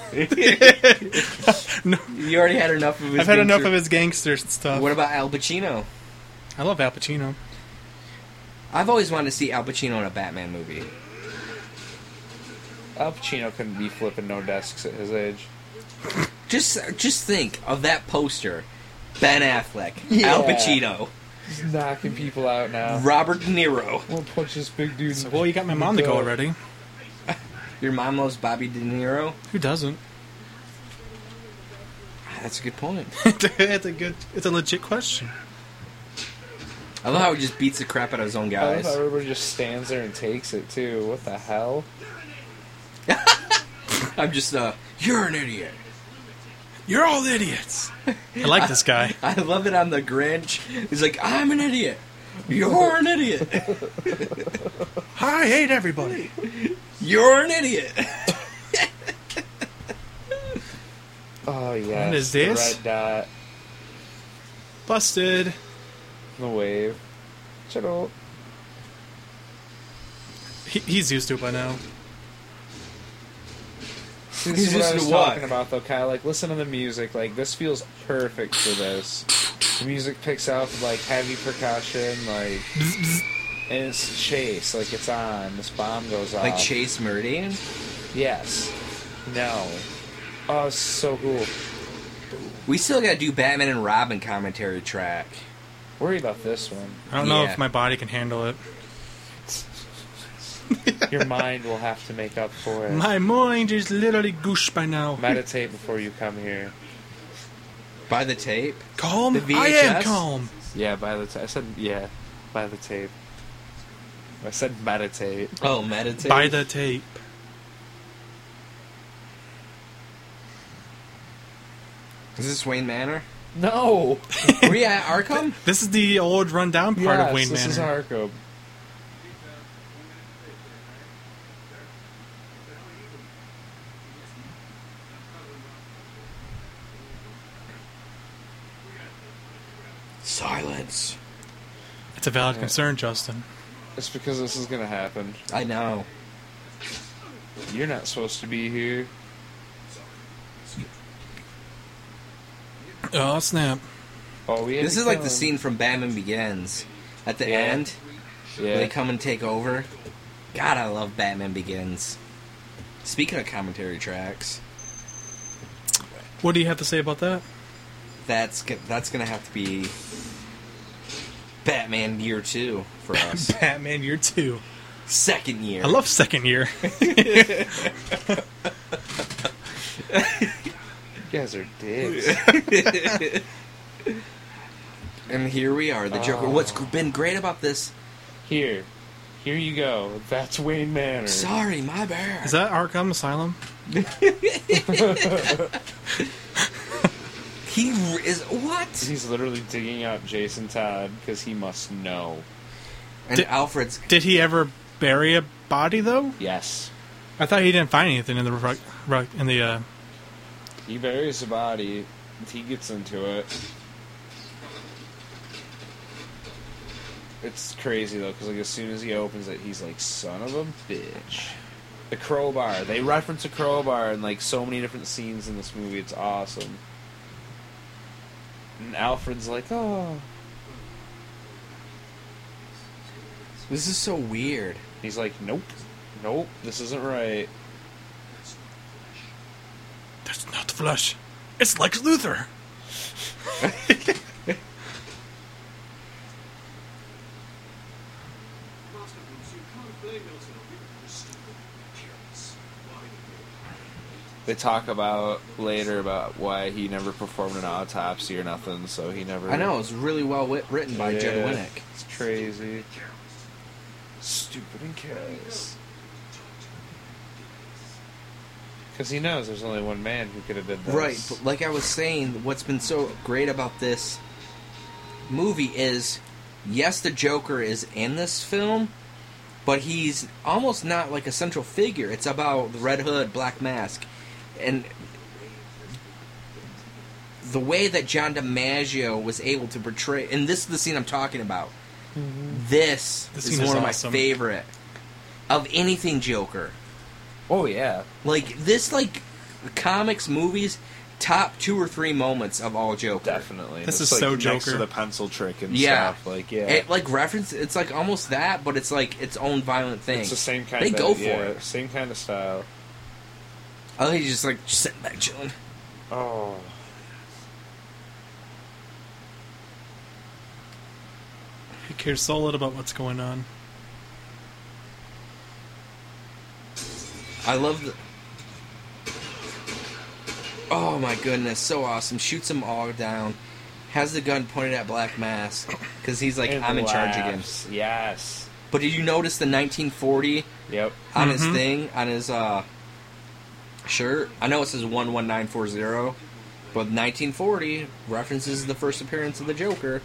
Speaker 5: no,
Speaker 3: You already had enough of his.
Speaker 5: I've had enough
Speaker 3: gangster-
Speaker 5: of his gangster stuff.
Speaker 3: What about Al Pacino?
Speaker 5: I love Al Pacino.
Speaker 3: I've always wanted to see Al Pacino in a Batman movie.
Speaker 6: Al Oh, Pacino couldn't be flipping no desks at his age.
Speaker 3: Just, just think of that poster: Ben Affleck, Al
Speaker 6: Yeah.
Speaker 3: Pacino,
Speaker 6: He's knocking people out now.
Speaker 3: Robert De Niro.
Speaker 6: I'm gonna punch this big dude. in
Speaker 5: So,
Speaker 6: the-
Speaker 5: well, you got my
Speaker 6: in
Speaker 5: mom to go
Speaker 6: gut.
Speaker 5: already.
Speaker 3: Your mom loves Bobby De Niro.
Speaker 5: Who doesn't?
Speaker 3: Ah, That's a good point.
Speaker 5: it's a good. It's a legit question.
Speaker 3: I love how he just beats the crap out of his own
Speaker 6: I love
Speaker 3: guys.
Speaker 6: how everybody just stands there and takes it too. What the hell?
Speaker 3: I'm just uh, you're an idiot.
Speaker 5: You're all idiots. I like this guy.
Speaker 3: I love it on the Grinch. He's like, I'm an idiot. You're an idiot.
Speaker 5: I hate everybody.
Speaker 3: You're an idiot.
Speaker 6: Oh yeah.
Speaker 5: What is
Speaker 6: The
Speaker 5: this?
Speaker 6: red dot.
Speaker 5: Busted.
Speaker 6: The wave. Chittle.
Speaker 5: He, he's used to it by now.
Speaker 6: See,
Speaker 3: He's
Speaker 6: this is what I
Speaker 3: listening
Speaker 6: was
Speaker 3: to what?
Speaker 6: talking about though, Kyle. Like, listen to the music. Like, this feels perfect for this. The music picks up like heavy percussion, like, and it's chase. Like, it's on. This bomb goes off.
Speaker 3: Like Chase Meridian.
Speaker 6: Yes. No. Oh, it's so cool.
Speaker 3: We still gotta do Batman and Robin commentary track.
Speaker 6: Worry about this one.
Speaker 5: I don't know
Speaker 3: Yeah.
Speaker 5: if my body can handle it.
Speaker 6: Your mind will have to make up for it.
Speaker 5: My mind is literally goosh by now.
Speaker 6: Meditate before you come here.
Speaker 3: By the tape.
Speaker 5: Calm.
Speaker 3: The
Speaker 5: I am
Speaker 3: VHS?
Speaker 5: calm.
Speaker 6: Yeah, by the tape. I said yeah, by the tape. I said meditate.
Speaker 3: Oh, meditate.
Speaker 5: By the tape.
Speaker 3: Is this Wayne Manor?
Speaker 6: No.
Speaker 3: Were you at Arkham?
Speaker 5: This is the old rundown part
Speaker 6: yes,
Speaker 5: of Wayne
Speaker 6: this
Speaker 5: Manor.
Speaker 6: is Arkham.
Speaker 3: Silence.
Speaker 5: it's a valid concern, Justin.
Speaker 6: It's because this is gonna happen.
Speaker 3: I know.
Speaker 6: You're not supposed to be here.
Speaker 5: Oh snap!
Speaker 6: Oh, we. had
Speaker 3: This
Speaker 6: to
Speaker 3: is like
Speaker 6: kill
Speaker 3: the
Speaker 6: him.
Speaker 3: scene from Batman Begins. At the
Speaker 6: Yeah.
Speaker 3: end, where they
Speaker 6: Yeah.
Speaker 3: come and take over. God, I love Batman Begins. Speaking of commentary tracks,
Speaker 5: What do you have to say about that?
Speaker 3: that's go- that's gonna have to be Batman Year Two for us.
Speaker 5: Batman Year Two.
Speaker 3: Second year.
Speaker 5: I love second year.
Speaker 6: You guys are dicks.
Speaker 3: and here we are, the Joker.
Speaker 6: Oh.
Speaker 3: What's g- been great about this?
Speaker 6: here, here you go. That's Wayne Manor.
Speaker 3: Sorry, my bad.
Speaker 5: Is that Arkham Asylum?
Speaker 3: He r- is what?
Speaker 6: He's literally digging up Jason Todd because he must know.
Speaker 3: And
Speaker 5: Did-
Speaker 3: Alfred's
Speaker 5: Did he ever bury a body though?
Speaker 6: Yes.
Speaker 5: I thought he didn't find anything in the rug, rug, in the. Uh,
Speaker 6: He buries the body. He gets into it. It's crazy though, because like as soon as he opens it, he's like, "Son of a bitch." The crowbar. They reference a crowbar in like so many different scenes in this movie. It's awesome. And Alfred's like, "Oh."
Speaker 3: This is so weird.
Speaker 6: He's like, "Nope, nope, this isn't right."
Speaker 5: That's not flesh. It's Lex Luthor.
Speaker 6: they talk about later about why he never performed an autopsy or nothing, so he never.
Speaker 3: I know it was really well wit- written by Jed
Speaker 6: Yeah.
Speaker 3: Winnick.
Speaker 6: It's crazy. Stupid and careless. Because he knows there's only one man who could have did this.
Speaker 3: Right, but like I was saying, what's been so great about this movie is yes, the Joker is in this film, but he's almost not like a central figure. It's about the Red Hood, Black Mask, and the way that John DiMaggio was able to portray. And this is the scene I'm talking about. This,
Speaker 5: This
Speaker 3: is
Speaker 5: scene
Speaker 3: one
Speaker 5: is
Speaker 3: of
Speaker 5: awesome.
Speaker 3: my favorite of anything Joker.
Speaker 6: Oh yeah.
Speaker 3: Like this, like comics, movies, top two or three moments of all Joker.
Speaker 6: Definitely.
Speaker 5: This
Speaker 6: It's,
Speaker 5: is
Speaker 6: like,
Speaker 5: so
Speaker 6: next to
Speaker 5: Joker.
Speaker 6: the pencil trick and
Speaker 3: Yeah.
Speaker 6: stuff. Like yeah.
Speaker 3: It like reference. It's like almost that, but it's like its own violent thing.
Speaker 6: it's the same kind.
Speaker 3: They
Speaker 6: of,
Speaker 3: go for
Speaker 6: yeah,
Speaker 3: it.
Speaker 6: Same kind of style.
Speaker 3: I think he's just like just sitting back chilling.
Speaker 6: Oh.
Speaker 5: He cares so little about what's going on.
Speaker 3: I love the. Oh my goodness, so awesome! Shoots them all down. Has the gun pointed at Black Mask because he's like,
Speaker 6: And
Speaker 3: "I'm in charge again."
Speaker 6: laughs. Yes.
Speaker 3: But did you notice the 1940
Speaker 6: Yep.
Speaker 3: on his
Speaker 5: Mhm.
Speaker 3: thing, on his uh, shirt. I know it says one one nine four zero, but nineteen forty references the first appearance of the Joker.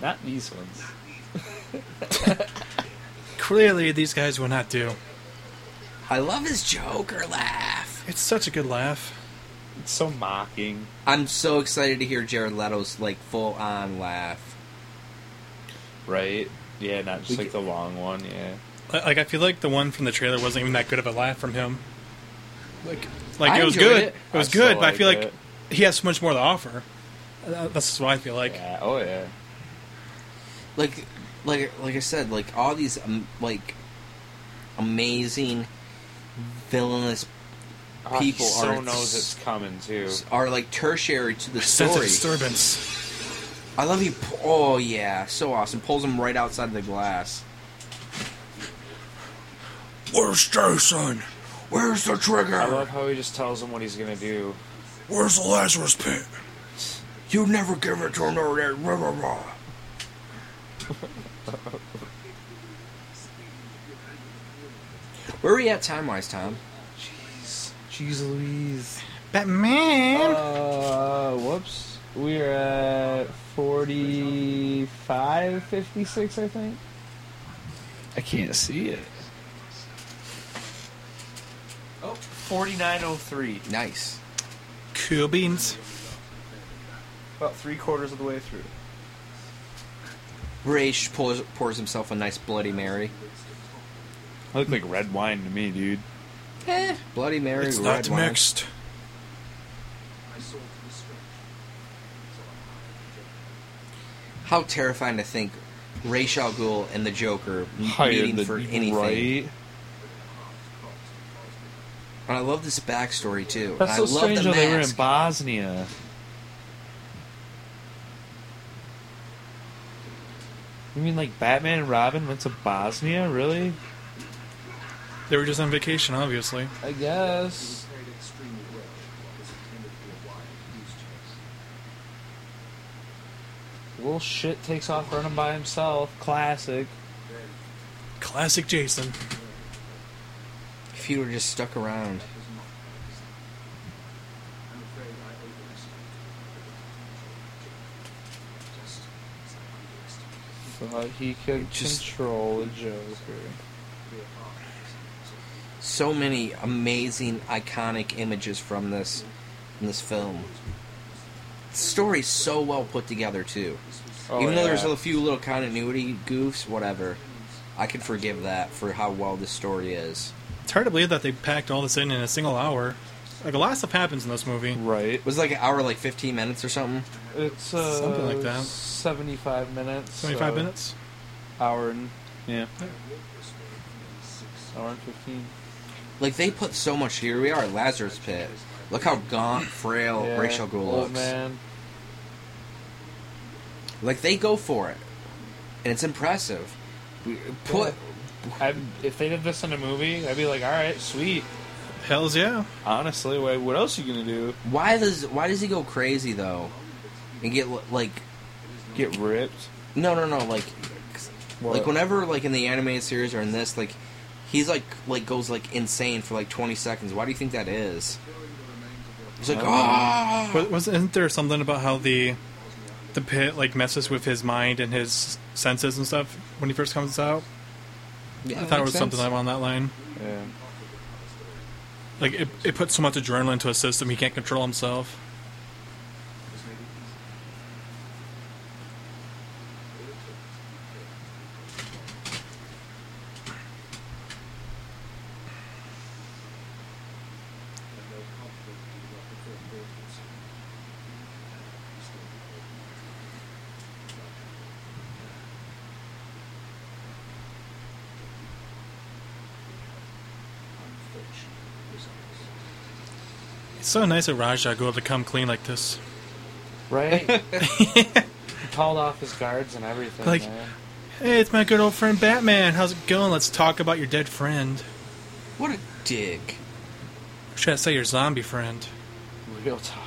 Speaker 6: Not these ones.
Speaker 5: Clearly, these guys will not do.
Speaker 3: I love his Joker laugh.
Speaker 5: It's such a good laugh.
Speaker 6: It's so mocking.
Speaker 3: I'm so excited to hear Jared Leto's like full on laugh.
Speaker 6: Right. Yeah. Not just
Speaker 3: We
Speaker 6: like
Speaker 3: get-
Speaker 6: the long one. Yeah.
Speaker 5: Li- Like I feel like the one from the trailer wasn't even that good of a laugh from him. Like,
Speaker 3: I
Speaker 5: like it was
Speaker 3: enjoyed
Speaker 5: good.
Speaker 3: it.
Speaker 5: It, was
Speaker 6: I still
Speaker 5: good, but I
Speaker 6: like
Speaker 5: feel like
Speaker 6: it.
Speaker 5: he has so much more to offer. Uh, That's just what I feel like.
Speaker 6: Yeah. Oh yeah.
Speaker 3: Like, like, like I said, like all these um, like amazing villainous
Speaker 6: Oh,
Speaker 3: People
Speaker 6: he so
Speaker 3: are-
Speaker 6: knows it's coming too.
Speaker 3: are like tertiary to the
Speaker 5: Sense of
Speaker 3: story.
Speaker 5: disturbance.
Speaker 3: I love he. pu- Oh yeah, so awesome. Pulls him right outside the glass.
Speaker 5: Where's Jason?
Speaker 3: Where's the
Speaker 6: I
Speaker 3: trigger?
Speaker 6: love how he just tells him what he's gonna do.
Speaker 5: Where's the Lazarus pit?
Speaker 3: You never give it to him. Where are we at time wise, Tom?
Speaker 6: Jeez Louise.
Speaker 5: Batman.
Speaker 6: Uh, whoops. We are at 45, 56, I think. I can't see it. Oh, 49.03.
Speaker 3: Nice.
Speaker 5: cool beans.
Speaker 6: About three quarters of the way through.
Speaker 3: Raish pours, pours himself a nice Bloody Mary.
Speaker 6: I look like red wine to me, dude.
Speaker 3: Bloody Mary, red wine. How terrifying to think Raish Al Ghul and the Joker m- meeting for anything. And I love this backstory too.
Speaker 6: That's
Speaker 3: and I
Speaker 6: so
Speaker 3: love
Speaker 6: strange
Speaker 3: the
Speaker 6: how they were in
Speaker 3: mask.
Speaker 6: Bosnia. You mean like Batman and Robin went to Bosnia? Really?
Speaker 5: They were just on vacation, obviously.
Speaker 6: I guess. Little shit takes off running by himself. Classic.
Speaker 5: Classic Jason.
Speaker 3: if he were just stuck around.
Speaker 6: So how he could
Speaker 3: Just-
Speaker 6: control a Joker.
Speaker 3: So many amazing, iconic images from this in this film. The story's so well put together too.
Speaker 6: Oh,
Speaker 3: Even though there's a few little continuity goofs, whatever, I can forgive that for how well this story is.
Speaker 5: It's hard to believe that they packed all this in in a single hour. Like a lot of stuff happens in this movie.
Speaker 6: right.
Speaker 3: It was like an hour, like 15 minutes or something.
Speaker 6: It's uh,
Speaker 5: Something like that.
Speaker 6: Seventy-five minutes.
Speaker 5: Twenty-five
Speaker 6: so
Speaker 5: minutes.
Speaker 6: Hour and yeah. Hour and fifteen.
Speaker 3: Like they put so much here. We are at Lazarus Pit. Look how gaunt, frail
Speaker 6: yeah.
Speaker 3: Oh, Rachel Gould
Speaker 6: Old
Speaker 3: looks.
Speaker 6: man.
Speaker 3: Like they go for it, and it's impressive. We- Put
Speaker 6: I, if they did this in a movie, I'd be like, all right, sweet.
Speaker 5: Hell's yeah.
Speaker 6: Honestly, wha- what else are you gonna do?
Speaker 3: Why does why does he go crazy though, and get like
Speaker 6: Get ripped?
Speaker 3: no no no like like
Speaker 6: What?
Speaker 3: whenever like in the animated series or in this like he's like like goes like insane for like twenty seconds. Why do you think that is? He's like ah.
Speaker 5: Wa- Was isn't there something about how the the pit like messes with his mind and his senses and stuff when he first comes out? I thought it was something along that line.
Speaker 6: Yeah.
Speaker 5: Like it, it puts so much adrenaline into his system he can't control himself. It's so nice of Raja go to come clean like this.
Speaker 6: Right? he called off his guards and everything.
Speaker 5: Like-
Speaker 6: man.
Speaker 5: Hey, it's my good old friend Batman. How's it going? Let's talk about your dead friend.
Speaker 3: What a dick.
Speaker 5: Or should I say your zombie friend?
Speaker 6: real talk.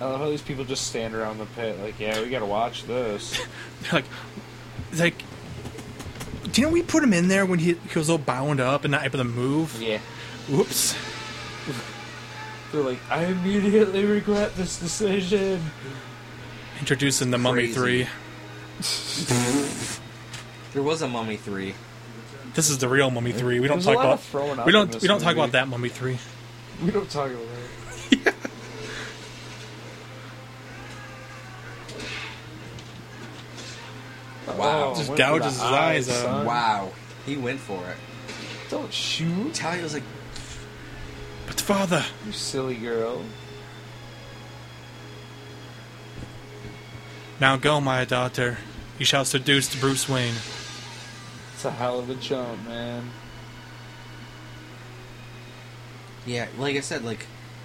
Speaker 6: I love how these people just stand around the pit, like, yeah, we gotta watch this.
Speaker 5: They're like, like, do you know we put him in there when he, he was all bound up and not able to move?
Speaker 6: yeah.
Speaker 5: Whoops.
Speaker 6: They're like, I immediately regret this decision.
Speaker 5: Introducing the Mummy
Speaker 3: Crazy.
Speaker 5: Three.
Speaker 3: There was a Mummy three.
Speaker 5: This is the real Mummy Three. We don't
Speaker 6: There's a
Speaker 5: talk
Speaker 6: lot
Speaker 5: about
Speaker 6: of throwing up
Speaker 5: we
Speaker 6: in
Speaker 5: don't
Speaker 6: this
Speaker 5: we don't talk
Speaker 6: movie.
Speaker 5: about that Mummy Three.
Speaker 6: We don't talk about it.
Speaker 3: Wow.
Speaker 6: Oh, went
Speaker 5: Just
Speaker 6: for the
Speaker 5: gouges his eyes uh, out.
Speaker 6: son.
Speaker 3: Wow. He went for it.
Speaker 6: Don't shoot,
Speaker 3: Talia was like,
Speaker 5: But father,
Speaker 6: you silly girl.
Speaker 5: now go, my daughter. You shall seduce Bruce Wayne.
Speaker 6: It's a hell of a jump, man.
Speaker 3: yeah, like I said, like,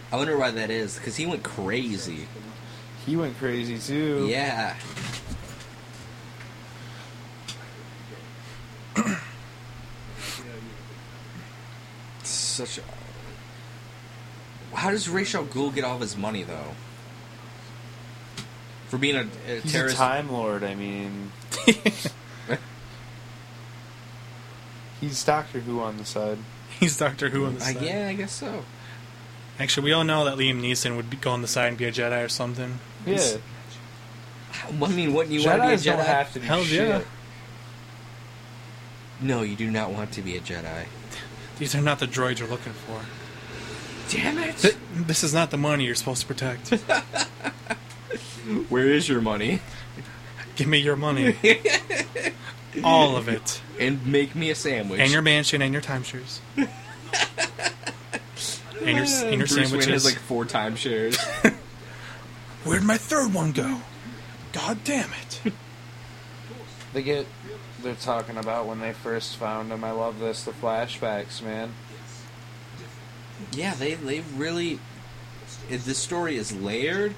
Speaker 3: I wonder why that is, because he went crazy.
Speaker 6: He went crazy too.
Speaker 3: Yeah. Such a. How does Rachel Ghoul get all of his money, though? For being a, a
Speaker 6: He's
Speaker 3: terrorist?
Speaker 6: a time lord. I mean, he's Doctor Who on the side.
Speaker 5: He's Doctor Who on the
Speaker 3: I,
Speaker 5: side.
Speaker 3: yeah, I guess so.
Speaker 5: Actually, we all know that Liam Neeson would be, go on the side and be a Jedi or something.
Speaker 6: Yeah,
Speaker 3: I mean, wouldn't you want to be a
Speaker 6: Jedi's
Speaker 3: Jedi?
Speaker 6: don't have to do
Speaker 5: Hell
Speaker 6: shit.
Speaker 5: yeah.
Speaker 3: No, you do not want to be a Jedi.
Speaker 5: These are not the droids you're looking for.
Speaker 3: Damn it!
Speaker 5: Th- this is not the money you're supposed to protect.
Speaker 3: Where is your money?
Speaker 5: Give me your money. all of it.
Speaker 3: And make me a sandwich.
Speaker 5: And your mansion and your timeshares. and your, and your
Speaker 3: Bruce Wayne has
Speaker 5: sandwiches.
Speaker 3: like four timeshares.
Speaker 5: Where'd my third one go? God damn it.
Speaker 6: They get. They're talking about when they first found him. I love this. The flashbacks, man.
Speaker 3: yeah, they they really. It, this story is layered,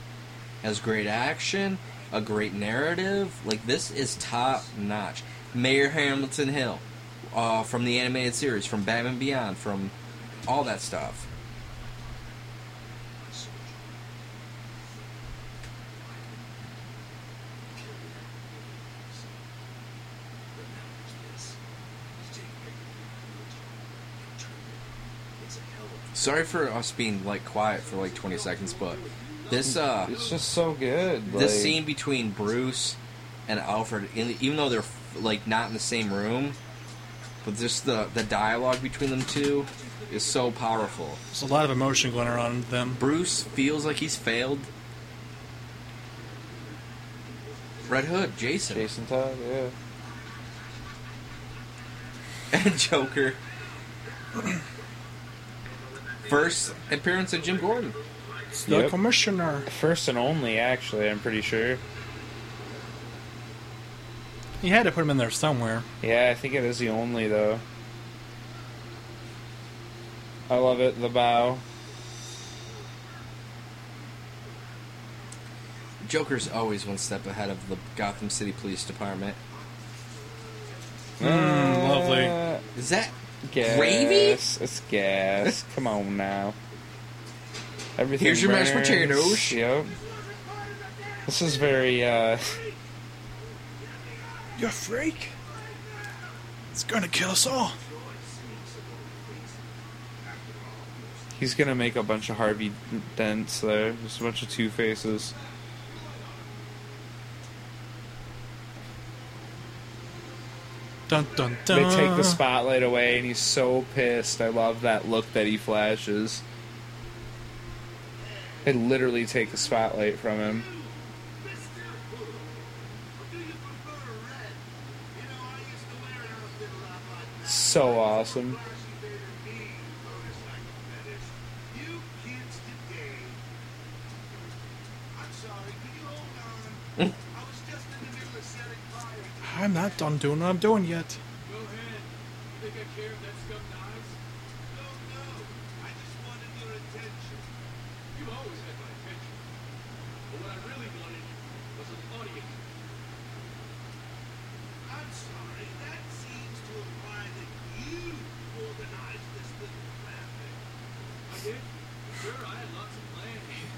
Speaker 3: has great action, a great narrative. Like this is top notch. Mayor Hamilton Hill, uh, from the animated series, from Batman Beyond, from all that stuff. Sorry for us being like quiet for like 20 seconds, but this uh
Speaker 6: It's just so good. Like,
Speaker 3: the scene between Bruce and Alfred, in, even though they're like not in the same room, but just the the dialogue between them two is so powerful.
Speaker 5: There's a lot of emotion going around with them.
Speaker 3: Bruce feels like he's failed. Red Hood, Jason,
Speaker 6: Jason Todd. Yeah.
Speaker 3: and Joker. First appearance of Jim Gordon.
Speaker 5: It's
Speaker 6: the Yep.
Speaker 5: commissioner.
Speaker 6: First and only, actually. I'm pretty sure.
Speaker 5: You had to put him in there somewhere.
Speaker 6: Yeah, I think it is the only though. I love it. The bow.
Speaker 3: Joker's always one step ahead of the Gotham City Police Department.
Speaker 5: Mm, lovely.
Speaker 4: Uh,
Speaker 3: Is that
Speaker 4: gas.
Speaker 3: Gravy?
Speaker 4: It's gas. Come on now. Everything
Speaker 3: Here's your mashed
Speaker 4: burns.
Speaker 3: potatoes.
Speaker 4: Yep. This is very uh
Speaker 5: You're a freak. It's gonna kill us all.
Speaker 4: He's gonna make a bunch of Harvey dents there. Just a bunch of two faces.
Speaker 5: Dun dun
Speaker 4: They
Speaker 5: dun.
Speaker 4: take
Speaker 3: Uh.
Speaker 4: the spotlight away, and he's so pissed. I love that look that he flashes. They literally take the spotlight from him. So awesome.
Speaker 5: I'm not done doing what I'm doing yet.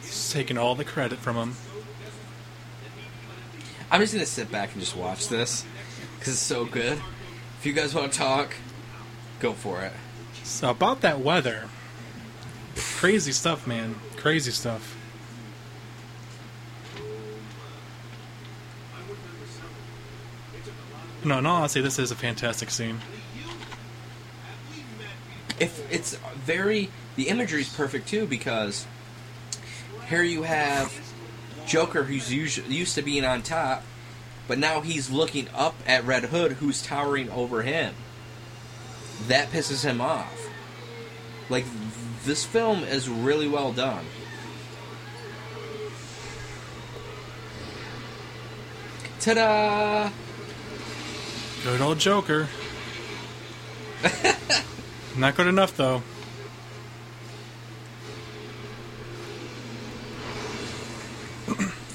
Speaker 5: He's taking all the credit from him.
Speaker 3: I'm just gonna sit back and just watch this because it's so good. If you guys want to talk, go for it.
Speaker 5: So about that weather, crazy stuff, man. Crazy stuff. No, no. I'll say this is a fantastic scene.
Speaker 3: If it's very, the imagery is perfect too because here you have Joker who's usu used to being on top, but now he's looking up at Red Hood who's towering over him. That pisses him off. Like this film is really well done. Ta-da!
Speaker 5: Good old Joker. Not good enough though.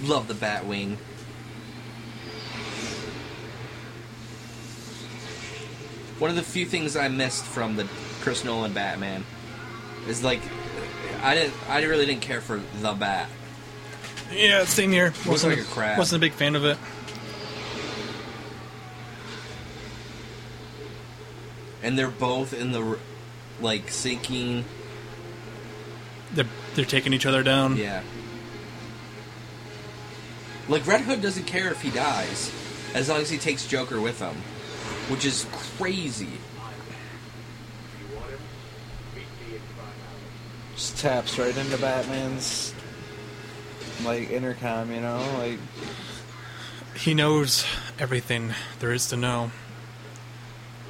Speaker 3: Love the Batwing. One of the few things I missed from the Chris Nolan Batman is like I didn't I really didn't care for the Bat.
Speaker 5: Yeah, same here.
Speaker 3: Looks
Speaker 5: Wasn't
Speaker 3: like a crab.
Speaker 5: Wasn't a big fan of it.
Speaker 3: And they're both in the r- like sinking.
Speaker 5: They're they're taking each other down.
Speaker 3: Yeah. Like Red Hood doesn't care if he dies as long as he takes Joker with him, which is crazy.
Speaker 4: Just taps right into Batman's like intercom, you know, like
Speaker 5: He knows everything there is to know.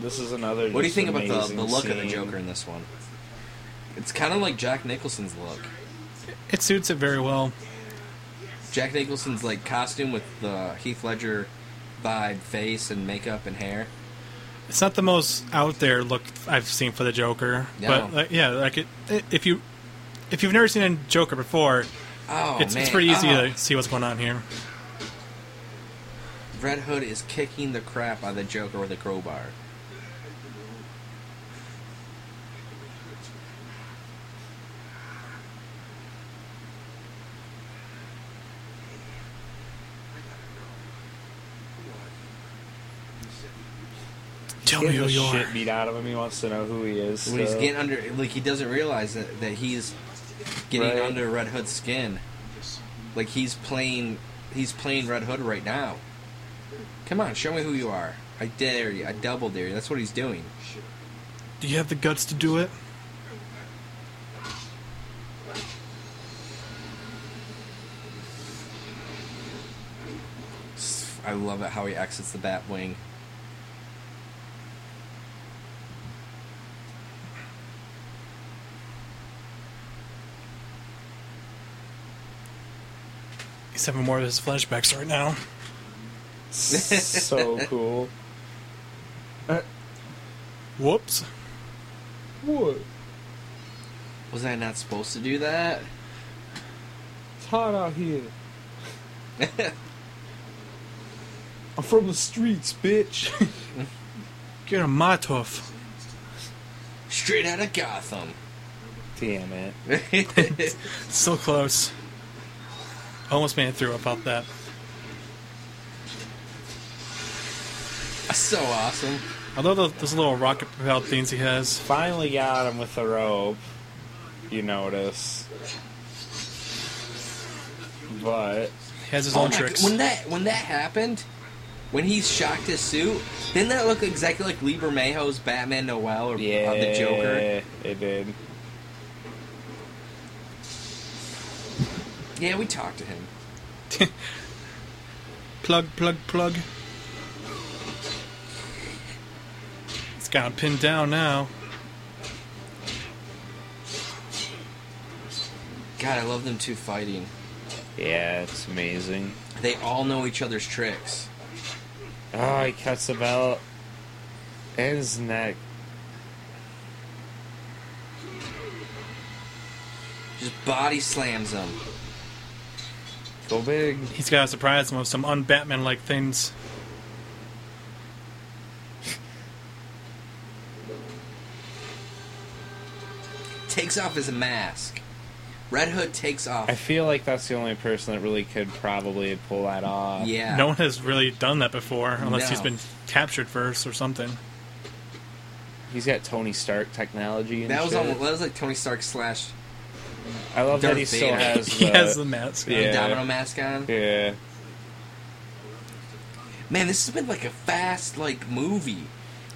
Speaker 4: this is another.
Speaker 3: What do you
Speaker 4: just
Speaker 3: think about the,
Speaker 4: amazing
Speaker 3: the look of the
Speaker 4: scene.
Speaker 3: Joker in this one? It's kind of like Jack Nicholson's look.
Speaker 5: It suits it very well.
Speaker 3: Jack Nicholson's like costume with the Heath Ledger vibe face and makeup and hair.
Speaker 5: It's not the most out there look I've seen for the Joker,
Speaker 3: No.
Speaker 5: but like, yeah, like it, if you if you've never seen a Joker before,
Speaker 3: Oh
Speaker 5: it's,
Speaker 3: man,
Speaker 5: it's pretty easy
Speaker 3: Oh.
Speaker 5: to see what's going on here.
Speaker 3: Red Hood is kicking the crap out of the Joker with a crowbar.
Speaker 5: Tell me
Speaker 4: Getting
Speaker 5: who
Speaker 4: the
Speaker 5: you are.
Speaker 4: shit beat out of him. He wants to know who he is.
Speaker 3: When he's
Speaker 4: so-
Speaker 3: getting under, like he doesn't realize that, that he's getting
Speaker 4: Right.
Speaker 3: under Red Hood's skin. Like he's playing, he's playing Red Hood right now. Come on, show me who you are. I dare you. I double dare you. That's what he's doing.
Speaker 5: Do you have the guts to do it?
Speaker 3: I love it how he exits the Batwing.
Speaker 5: He's having more of his flashbacks right now.
Speaker 4: so cool.
Speaker 5: Whoops.
Speaker 4: What?
Speaker 3: Was I not supposed to do that?
Speaker 4: It's hot out here. I'm from the streets, bitch.
Speaker 5: You're a Matov.
Speaker 3: Straight out of Gotham.
Speaker 4: Damn it.
Speaker 5: So close. Almost made it through about that.
Speaker 3: so awesome.
Speaker 5: Although tho- those little rocket propelled things he has,
Speaker 4: Finally got him with the rope. You notice. But
Speaker 5: he has his
Speaker 3: Oh
Speaker 5: own
Speaker 3: my
Speaker 5: tricks.
Speaker 3: God, When that when that happened, when he shocked his suit, didn't that look exactly like Lee Bermejo's Batman Noel or uh,
Speaker 4: yeah,
Speaker 3: the Joker?
Speaker 4: It did.
Speaker 3: Yeah, we talked to him.
Speaker 5: plug, plug, plug. It's got him pinned down now.
Speaker 3: God, I love them two fighting.
Speaker 4: Yeah, it's amazing.
Speaker 3: They all know each other's tricks.
Speaker 4: Oh, he cuts the belt and his neck.
Speaker 3: Just body slams them.
Speaker 4: Go big.
Speaker 5: He's got to surprise him with some un-Batman like things.
Speaker 3: Takes off his mask. Red Hood takes off.
Speaker 4: I feel like that's the only person that really could probably pull that off.
Speaker 3: yeah.
Speaker 5: No one has really done that before, unless
Speaker 3: No.
Speaker 5: he's been captured first or something.
Speaker 4: He's got Tony Stark technology. And
Speaker 3: That was
Speaker 4: shit.
Speaker 3: almost, that was like Tony Stark slash
Speaker 4: I love
Speaker 3: Darth
Speaker 4: that he still
Speaker 3: Vader.
Speaker 4: has.
Speaker 5: He
Speaker 4: the-
Speaker 5: has the mask. on.
Speaker 4: Yeah.
Speaker 3: Domino mask on.
Speaker 4: Yeah.
Speaker 3: Man, this has been like a fast like movie.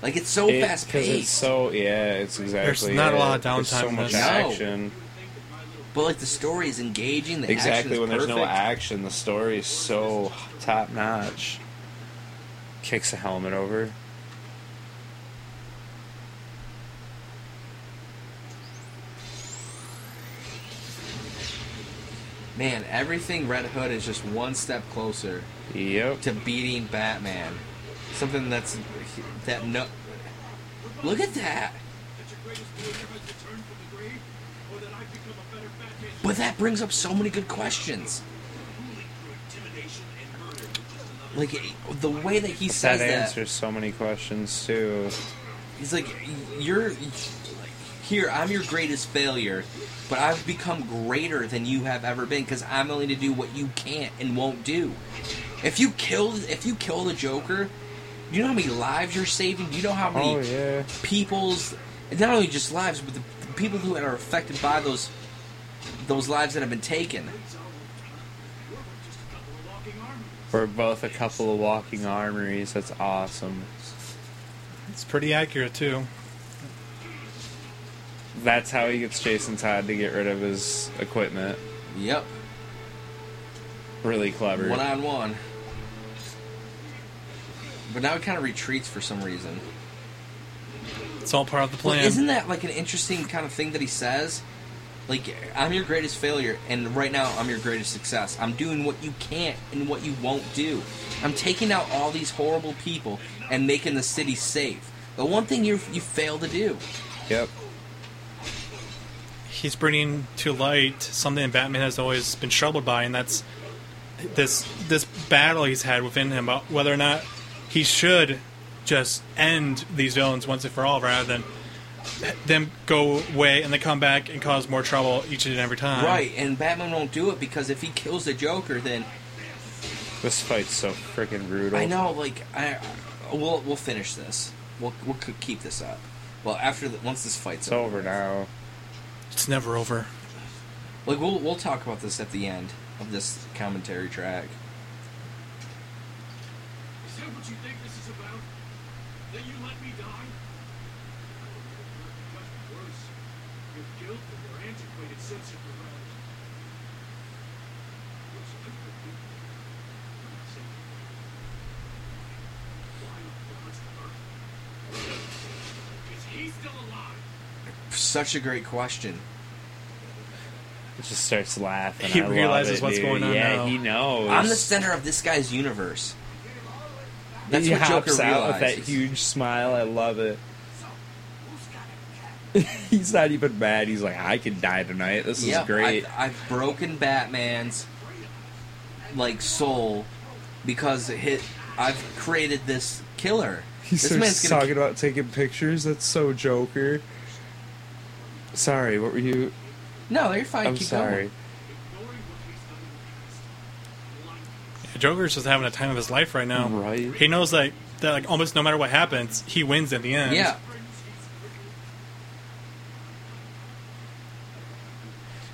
Speaker 3: Like it's so
Speaker 4: It-
Speaker 3: fast paced.
Speaker 4: It's so yeah, it's exactly.
Speaker 5: not a
Speaker 4: it.
Speaker 5: lot of
Speaker 4: There's
Speaker 5: downtime
Speaker 4: So
Speaker 5: in
Speaker 4: much
Speaker 5: this.
Speaker 3: No.
Speaker 4: action.
Speaker 3: But like the story is engaging. The
Speaker 4: Exactly
Speaker 3: action's
Speaker 4: when there's no
Speaker 3: perfect.
Speaker 4: action, the story is so top notch. Kicks a helmet over.
Speaker 3: Man, everything Red Hood is just one step closer
Speaker 4: Yep.
Speaker 3: to beating Batman. Something that's that no. Look at that. But that brings up so many good questions. Like the way that he
Speaker 4: That
Speaker 3: says that
Speaker 4: answers so many questions too.
Speaker 3: He's like, you're here. I'm your greatest failure, but I've become greater than you have ever been because I'm willing to do what you can't and won't do. If you kill, if you kill the Joker, do you know how many lives you're saving? Do you know how many
Speaker 4: Oh yeah.
Speaker 3: people's, and not only just lives, but the, the people who are affected by those those lives that have been taken?
Speaker 4: We're both a couple of walking armories. That's awesome.
Speaker 5: It's pretty accurate too.
Speaker 4: That's how he gets Jason Todd to get rid of his equipment.
Speaker 3: Yep,
Speaker 4: Really clever.
Speaker 3: one on one. But now it kind of retreats for some reason.
Speaker 5: It's all part of the
Speaker 3: Well,
Speaker 5: plan.
Speaker 3: isn't that like an interesting kind of thing that he says? Like, I'm your greatest failure, and right now I'm your greatest success. I'm doing what you can't and what you won't do. I'm taking out all these horrible people and making the city safe. The one thing you you fail to do.
Speaker 4: Yep.
Speaker 5: he's bringing to light something Batman has always been troubled by, and that's this this battle he's had within him about whether or not he should just end these villains once and for all, rather than them go away and they come back and cause more trouble each and every time.
Speaker 3: Right, and Batman won't do it because if he kills the Joker, then
Speaker 4: This fight's so freaking brutal.
Speaker 3: I know. Like, I we'll we'll finish this. We'll we'll c- keep this up. Well, after the, once this fight's
Speaker 4: It's
Speaker 3: over,
Speaker 4: over now.
Speaker 5: It's never over.
Speaker 3: like we'll we'll talk about this at the end of this commentary track.
Speaker 9: Is that what you think this is about? That you let me die? Much worse, your guilt and your antiquated sense of morality. Which I forgive you. I'm not saying you forgive me. Why on God's earth? Is he still alive?
Speaker 3: Such a great question.
Speaker 4: It just starts laughing.
Speaker 5: He
Speaker 4: I love
Speaker 5: realizes
Speaker 4: it,
Speaker 5: what's
Speaker 4: dude.
Speaker 5: going on
Speaker 4: Yeah,
Speaker 5: now.
Speaker 4: he knows.
Speaker 3: I'm the center of this guy's universe. That's
Speaker 4: he
Speaker 3: what Joker
Speaker 4: hops out with that
Speaker 3: realizes.
Speaker 4: huge smile. I love it. he's not even mad. He's like, I could die tonight. This
Speaker 3: Yeah,
Speaker 4: is great.
Speaker 3: I've, I've broken Batman's like soul because hit. I've created this killer
Speaker 4: He
Speaker 3: This
Speaker 4: starts
Speaker 3: man's gonna-
Speaker 4: talking about taking pictures. That's so Joker. Sorry, what were you?
Speaker 3: No, you're fine.
Speaker 4: I'm
Speaker 3: Keep
Speaker 4: sorry.
Speaker 3: going.
Speaker 5: Joker's just having a time of his life right now.
Speaker 4: Right.
Speaker 5: He knows like that like almost no matter what happens, he wins in the end.
Speaker 3: Yeah.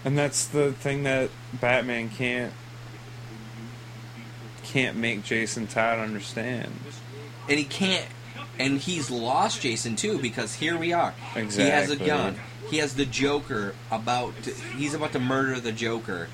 Speaker 4: And that's the thing that Batman can't can't make Jason Todd understand.
Speaker 3: and he can't and he's lost Jason too because here we are. He has a
Speaker 4: Exactly.
Speaker 3: gun. He has the Joker about to, he's about to murder the Joker.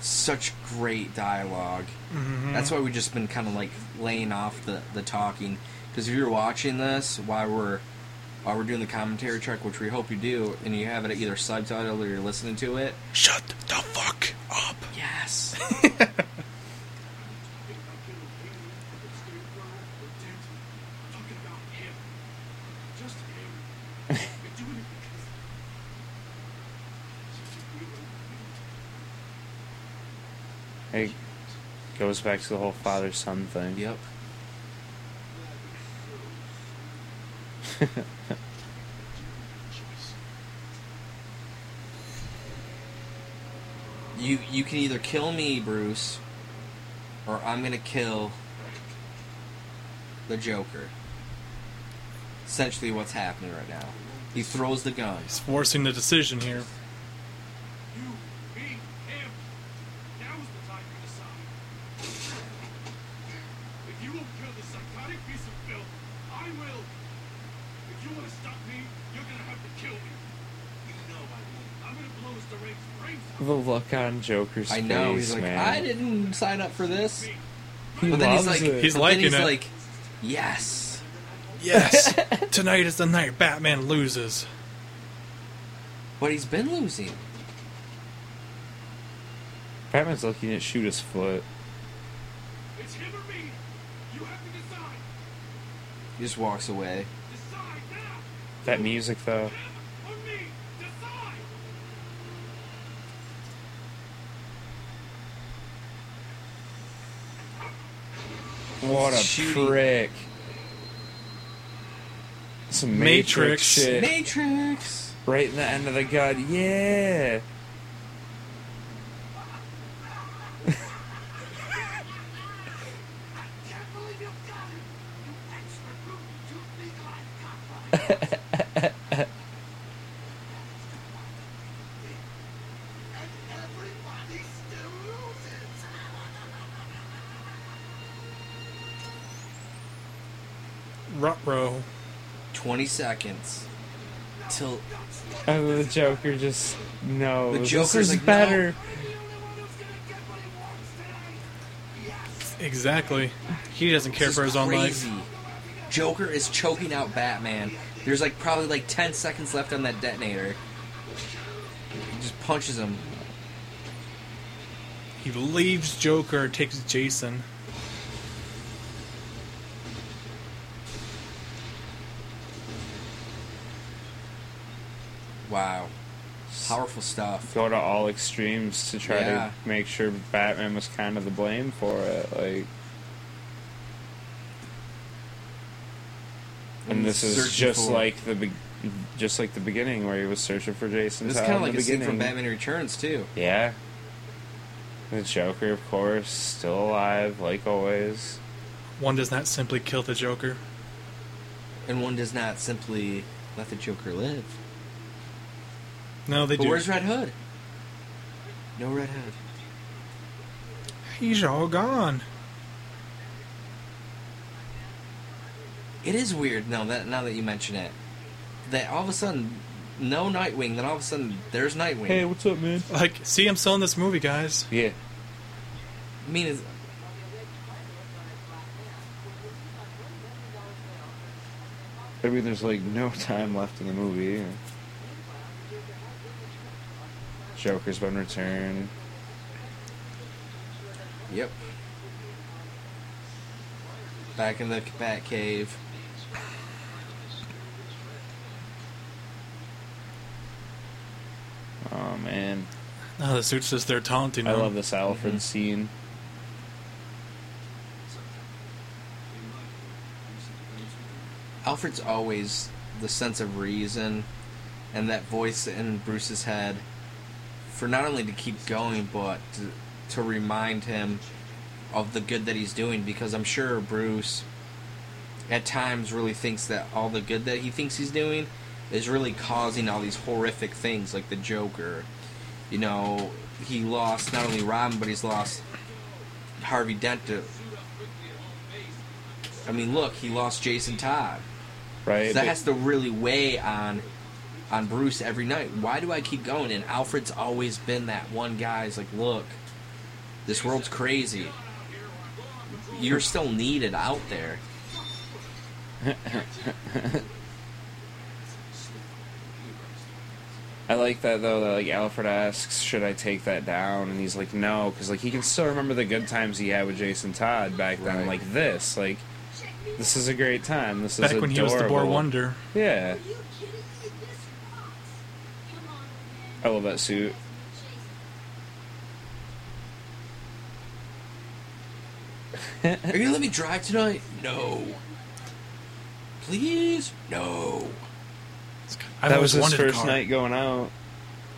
Speaker 3: Such great dialog
Speaker 5: Mm-hmm.
Speaker 3: That's why we've just been kind of like laying off the the talking because if you're watching this while we're while we're doing the commentary track, which we hope you do, and you have it either subtitled or you're listening to it.
Speaker 5: Shut the fuck up.
Speaker 3: Yes.
Speaker 4: It goes back to the whole father son thing.
Speaker 3: yep. You you can either kill me, Bruce, or I'm gonna kill the Joker. Essentially, what's happening right now? He throws the gun.
Speaker 5: He's forcing the decision here.
Speaker 4: The look on Joker's
Speaker 3: I know.
Speaker 4: face,
Speaker 3: He's like,
Speaker 4: man.
Speaker 3: I didn't sign up for this.
Speaker 4: He
Speaker 3: But then he's
Speaker 4: loves
Speaker 3: like,
Speaker 4: it.
Speaker 5: He's
Speaker 3: but then
Speaker 5: liking
Speaker 3: he's
Speaker 5: it.
Speaker 3: like, yes.
Speaker 5: Yes. Tonight is the night Batman loses.
Speaker 3: But he's been losing.
Speaker 4: Batman's looking at shoot his foot.
Speaker 9: It's him or me. You have to decide.
Speaker 3: He just walks away.
Speaker 9: Decide now.
Speaker 4: That music though.
Speaker 9: Him or me. Decide.
Speaker 4: What a
Speaker 3: Shooting.
Speaker 4: prick. Some
Speaker 5: Matrix.
Speaker 4: Matrix, shit.
Speaker 3: Matrix.
Speaker 4: right in the end of the gun. Yeah.
Speaker 5: Rutrow.
Speaker 3: 20 seconds till
Speaker 4: And Oh, the Joker just no.
Speaker 3: The
Speaker 4: this
Speaker 3: Joker's
Speaker 4: is
Speaker 3: like,
Speaker 4: better.
Speaker 5: Exactly. He doesn't care
Speaker 3: this
Speaker 5: for
Speaker 3: is
Speaker 5: his own life.
Speaker 3: crazy. Joker is choking out Batman. There's like probably like 10 seconds left on that detonator. He just punches him.
Speaker 5: He leaves Joker, takes Jason.
Speaker 3: Wow. Powerful stuff.
Speaker 4: Go to all extremes to try
Speaker 3: Yeah.
Speaker 4: to make sure Batman was kind of the blame for it. Like. And this is
Speaker 3: Searching
Speaker 4: just
Speaker 3: for-
Speaker 4: like the, be- just like the beginning where he was searching for Jason.
Speaker 3: This is
Speaker 4: Todd
Speaker 3: kind of
Speaker 4: in
Speaker 3: like
Speaker 4: the
Speaker 3: a scene
Speaker 4: beginning.
Speaker 3: from Batman Returns too.
Speaker 4: Yeah. The Joker, of course, still alive, like always.
Speaker 5: One does not simply kill the Joker.
Speaker 3: And one does not simply let the Joker live.
Speaker 5: No, they
Speaker 3: But
Speaker 5: do.
Speaker 3: where's Red Hood? No Red Hood.
Speaker 5: He's all gone.
Speaker 3: It is weird now that now that you mention it. That all of a sudden no Nightwing, then all of a sudden there's Nightwing.
Speaker 4: what's up, man?
Speaker 5: Like, see, I'm still in this movie, guys.
Speaker 4: Yeah.
Speaker 3: I mean, it's,
Speaker 4: I mean, there's like no time left in the movie. Joker's been returned.
Speaker 3: Yep. Back in the Bat Cave.
Speaker 4: Oh man,
Speaker 5: Oh, the suit's just there taunting
Speaker 4: I
Speaker 5: him.
Speaker 4: love this Alfred
Speaker 5: Mm-hmm.
Speaker 4: scene.
Speaker 3: Alfred's always the sense of reason and that voice in Bruce's head for not only to keep going but to, to remind him of the good that he's doing because I'm sure Bruce at times really thinks that all the good that he thinks he's doing is really causing all these horrific things like the Joker. You know, he lost not only Robin but he's lost Harvey Dent to I mean, look, he lost Jason Todd.
Speaker 4: Right.
Speaker 3: that has to really weigh on on Bruce every night. Why do I keep going? And Alfred's always been that one guy's like, look, this world's crazy. You're still needed out there.
Speaker 4: I like that though. That like Alfred asks, "Should I take that down?" And he's like, "No," because like he can still remember the good times he had with Jason Todd back then.
Speaker 3: Right.
Speaker 4: Like this, like this is a great time. This
Speaker 5: Back
Speaker 4: is
Speaker 5: when he was the Boar
Speaker 4: adorable."
Speaker 5: Wonder.
Speaker 4: Yeah,
Speaker 10: Are you kidding me? This rocks. Come on, man.
Speaker 4: I love that suit.
Speaker 3: Are you gonna let me drive tonight? No. Please? No.
Speaker 5: I've
Speaker 4: that
Speaker 5: always
Speaker 4: was his
Speaker 5: wanted a
Speaker 4: first
Speaker 5: car.
Speaker 4: night going out.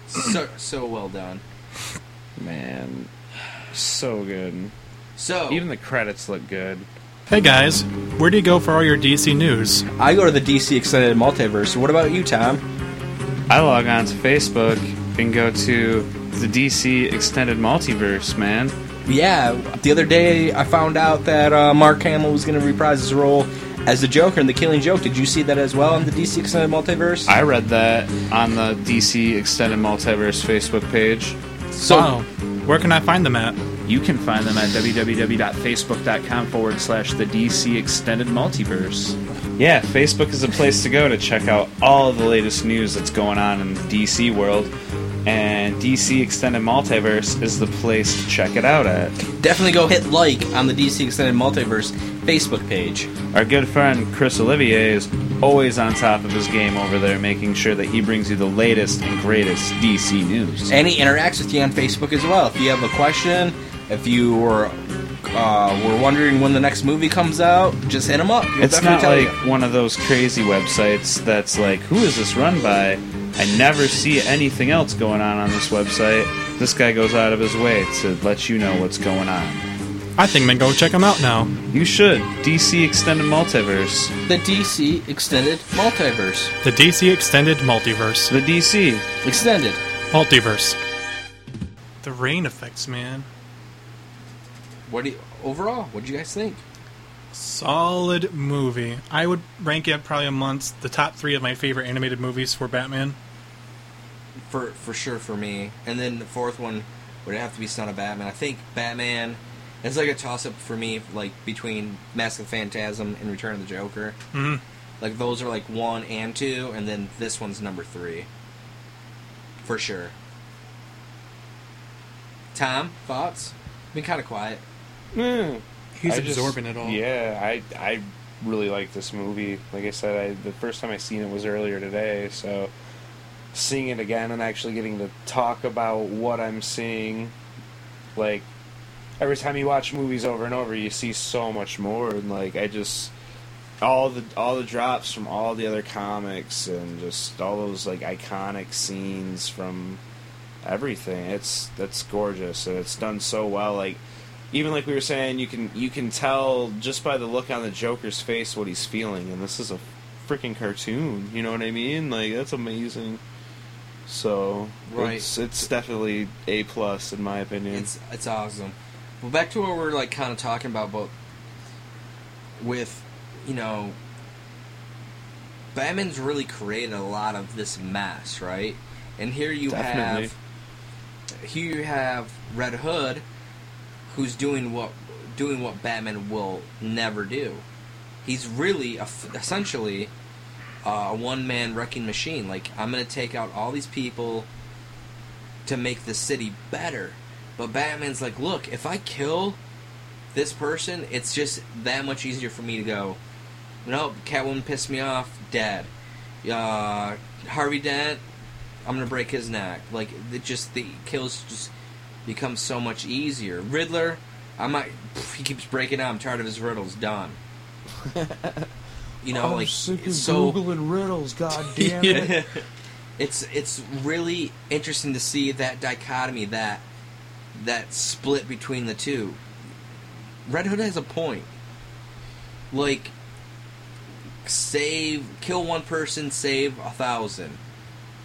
Speaker 3: So so well done.
Speaker 4: Man, so good.
Speaker 3: So
Speaker 4: Even the credits look good.
Speaker 5: Hey guys, where do you go for all your DC news?
Speaker 3: I go to the DC Extended Multiverse. What about you, Tom?
Speaker 4: I log on to Facebook and go to the DC Extended Multiverse. Man,
Speaker 3: Yeah, the other day I found out that uh, Mark Hamill was going to reprise his role as the Joker in The Killing Joke. Did you see that as well in the DC Extended Multiverse?
Speaker 4: I read that on the DC Extended Multiverse Facebook page.
Speaker 3: so,
Speaker 5: wow. Where can I find them at?
Speaker 4: You can find them at www.facebook.com forward slash the DC Extended Multiverse. Yeah, Facebook is a place to go to check out all the latest news that's going on in the DC world. And DC Extended Multiverse is the place to check it out at.
Speaker 3: definitely go hit like on the DC Extended Multiverse Facebook page.
Speaker 4: Our good friend Chris Olivier is always on top of his game over there, making sure that he brings you the latest and greatest DC news.
Speaker 3: And he interacts with you on Facebook as well. If you have a question, if you were uh, were wondering when the next movie comes out, just hit him up. He'll
Speaker 4: It's
Speaker 3: definitely
Speaker 4: not
Speaker 3: tell
Speaker 4: like
Speaker 3: you.
Speaker 4: one of those crazy websites that's like, who is this run by? I never see anything else going on on this website. This guy goes out of his way to let you know what's going on.
Speaker 5: I think I'm gonna go check them out now.
Speaker 4: You should. DC Extended Multiverse.
Speaker 3: the DC Extended Multiverse.
Speaker 5: The DC Extended Multiverse.
Speaker 4: The DC.
Speaker 3: Extended.
Speaker 5: Multiverse. The rain effects, man.
Speaker 3: What do you, overall? What do you guys think?
Speaker 5: Solid movie. I would rank it probably amongst the top three of my favorite animated movies for Batman.
Speaker 3: for for sure for me. And then the fourth one would have to be Son of Batman. I think Batman it's like a toss up for me, like between Mask of the Phantasm and Return of the Joker.
Speaker 5: Mhm.
Speaker 3: Like those are like one and two, and then this one's number three. For sure. Tom, thoughts? Been kind of quiet.
Speaker 5: He's
Speaker 4: I just-
Speaker 5: absorbing it all.
Speaker 4: Yeah, I I really like this movie. Like I said, I, the first time I seen it was earlier today, so seeing it again and actually getting to talk about what I'm seeing, like every time you watch movies over and over, you see so much more, and like I just all the all the drops from all the other comics and just all those like iconic scenes from everything. It's that's gorgeous and it's done so well. Like even like we were saying, you can you can tell just by the look on the Joker's face what he's feeling, and this is a freaking cartoon. You know what I mean? Like that's amazing. So
Speaker 3: Right.
Speaker 4: it's it's definitely a plus in my opinion.
Speaker 3: It's it's awesome. Well, back to what we're like kind of talking about, but with you know, Batman's really created a lot of this mess, right? And here you
Speaker 4: Definitely.
Speaker 3: have here you have Red Hood, who's doing what doing what Batman will never do. He's really a, essentially uh, a one man wrecking machine. Like I'm gonna take out all these people to make the city better. But Batman's like, look, if I kill this person, it's just that much easier for me to go. Nope, Catwoman pissed me off, dead. Uh, Harvey Dent, I'm gonna break his neck. Like, it just the kills just become so much easier. Riddler, I might. pff, he keeps breaking out. I'm tired of his riddles. Done. You know, like it's so
Speaker 4: googling riddles. God damn it!
Speaker 3: yeah. it's it's really interesting to see that dichotomy that that split between the two. Red Hood has a point. Like save kill one person, save a thousand.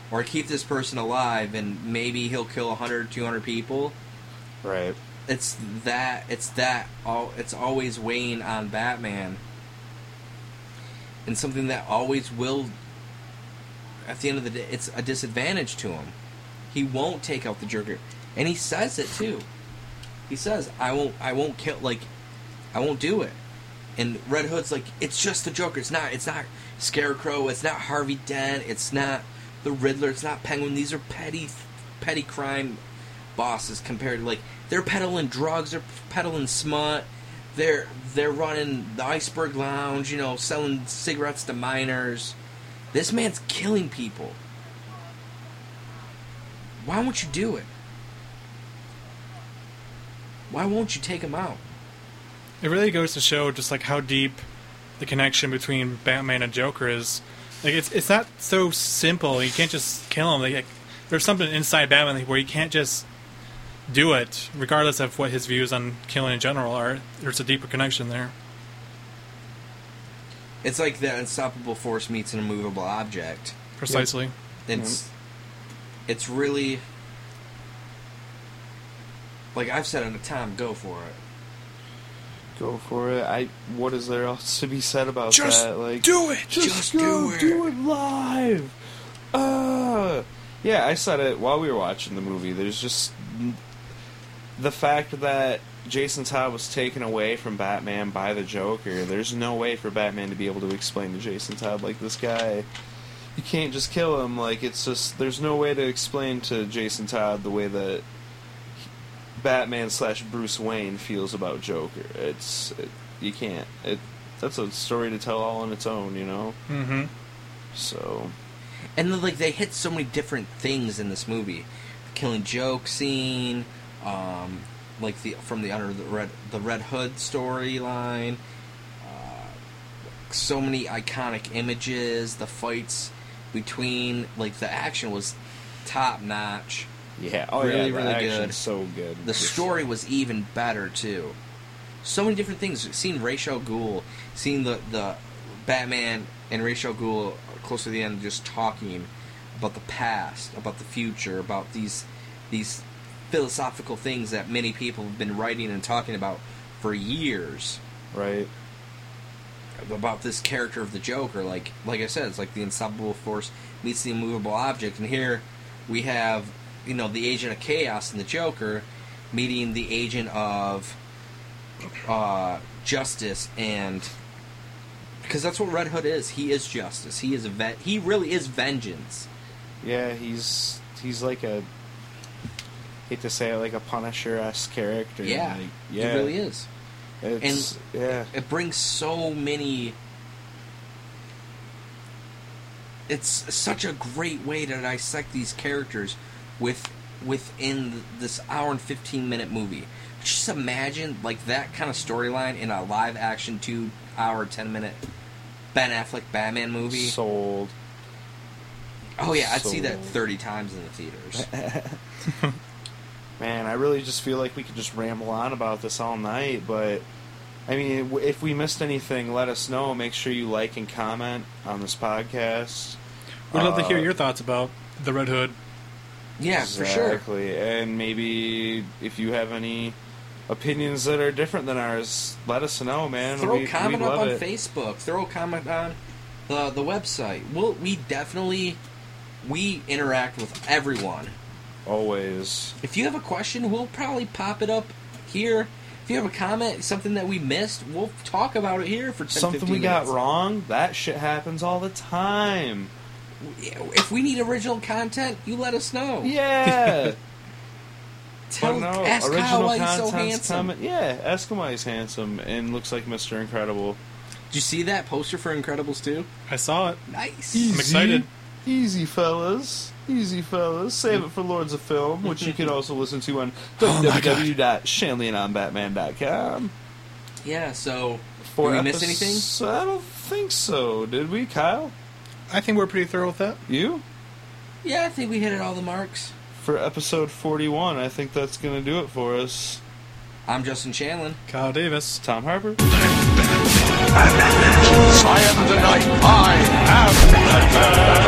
Speaker 3: Or keep this person alive and maybe he'll kill 100, 200 people.
Speaker 4: Right.
Speaker 3: It's that it's that all it's always weighing on Batman. And something that always will at the end of the day, it's a disadvantage to him. He won't take out the Joker, and he says it too. He says, "I won't, I won't kill, like, I won't do it." And Red Hood's like, "It's just the Joker. It's not, it's not Scarecrow. It's not Harvey Dent. It's not the Riddler. It's not Penguin. These are petty, petty crime bosses compared to like they're peddling drugs. They're peddling smut." They're, they're running the iceberg lounge, you know, selling cigarettes to minors. This man's killing people. Why won't you do it? Why won't you take him out?
Speaker 5: It really goes to show just like how deep the connection between Batman and Joker is. Like it's it's not so simple. You can't just kill him. Like, like, there's something inside Batman like, where you can't just do it, regardless of what his views on killing in general are. There's a deeper connection there.
Speaker 3: It's like the unstoppable force meets an immovable object.
Speaker 5: Precisely.
Speaker 3: It's it's really like I've said on the time, go for it.
Speaker 4: Go for it. I. What is there else to be said about
Speaker 5: Just
Speaker 4: that? Like,
Speaker 5: do it!
Speaker 4: Just,
Speaker 3: Just
Speaker 4: go
Speaker 3: do it.
Speaker 4: do it live. Uh, yeah, I said it while we were watching the movie. There's just the fact that Jason Todd was taken away from Batman by the Joker. There's no way for Batman to be able to explain to Jason Todd like this guy. You can't just kill him. Like it's just there's no way to explain to Jason Todd the way that Batman slash Bruce Wayne feels about Joker. It's it, you can't. It that's a story to tell all on its own, you know.
Speaker 5: Mm-hmm.
Speaker 4: So
Speaker 3: And then, like they hit so many different things in this movie, the killing joke scene, um, like the from the under the red the Red Hood storyline, uh, so many iconic images, the fights between like the action was top notch.
Speaker 4: yeah, oh
Speaker 3: Really,
Speaker 4: yeah, the
Speaker 3: really
Speaker 4: action's
Speaker 3: good.
Speaker 4: So good.
Speaker 3: The
Speaker 4: Just-
Speaker 3: story was even better too. So many different things. Seeing Rachel Ghoul, seeing the the Batman and Rachel Ghoul close to the end, just talking about the past, about the future, about these these philosophical things that many people have been writing and talking about for years
Speaker 4: right.
Speaker 3: about this character of the Joker. Like like I said, it's like the unstoppable force meets the immovable object, and here we have you know the agent of chaos and the Joker meeting the agent of uh, justice and because that's what Red Hood is. He is justice. He is a vet. He really is vengeance.
Speaker 4: Yeah, he's he's like a hate to say it, like a Punisher esque character.
Speaker 3: Yeah,
Speaker 4: like, yeah,
Speaker 3: he really is.
Speaker 4: It's, yeah,
Speaker 3: it brings so many it's such a great way to dissect these characters with within this hour and 15 minute movie just imagine like that kind of storyline in a live action 2 hour 10 minute ben affleck batman movie
Speaker 4: sold.
Speaker 3: oh yeah i'd see that
Speaker 4: so-
Speaker 3: 30 times in the theaters
Speaker 4: Man, I really just feel like we could just ramble on about this all night, but I mean, w- if we missed anything, let us know. Make sure you like and comment on this podcast.
Speaker 5: We'd love to hear
Speaker 4: Uh,
Speaker 5: your thoughts about the Red Hood.
Speaker 3: yeah for sure
Speaker 4: Exactly. And maybe if you have any opinions that are different than ours, let us know, man.
Speaker 3: Throw
Speaker 4: we,
Speaker 3: a comment
Speaker 4: we
Speaker 3: up
Speaker 4: love
Speaker 3: on
Speaker 4: it.
Speaker 3: Facebook. Throw a comment on the the website. We'll, we definitely we interact with everyone.
Speaker 4: Always.
Speaker 3: If you have a question, we'll probably pop it up here. If you have a comment, something that we missed, we'll talk about it here for 10,
Speaker 4: Something
Speaker 3: 15
Speaker 4: we got
Speaker 3: minutes.
Speaker 4: wrong, that shit happens all the time.
Speaker 3: If we need original content, you let us know.
Speaker 4: Yeah.
Speaker 3: Tell,
Speaker 6: But no,
Speaker 3: ask Kyle
Speaker 6: original
Speaker 3: why he's so
Speaker 6: content's
Speaker 3: handsome.
Speaker 6: coming- Yeah, ask him why he's handsome and looks like Mr. Incredible.
Speaker 3: Did you see that poster for Incredibles 2?
Speaker 5: I saw it.
Speaker 3: Nice.
Speaker 5: I'm excited.
Speaker 6: Easy, fellas. Easy, fellas. Save it for Lords of Film, which you can also listen to on
Speaker 3: Oh
Speaker 6: www.shanleyandonbatman.com.
Speaker 3: Yeah, so
Speaker 6: For
Speaker 3: did we miss anything?
Speaker 6: epis- I don't think so. Did we, Kyle?
Speaker 5: I think we're pretty thorough with that.
Speaker 6: You?
Speaker 3: Yeah, I think we hit at all the marks.
Speaker 6: For episode 41, I think that's going to do it for us.
Speaker 3: I'm Justin Shanlin.
Speaker 5: Kyle Davis.
Speaker 6: Tom Harper?
Speaker 11: I am the night. I am the man.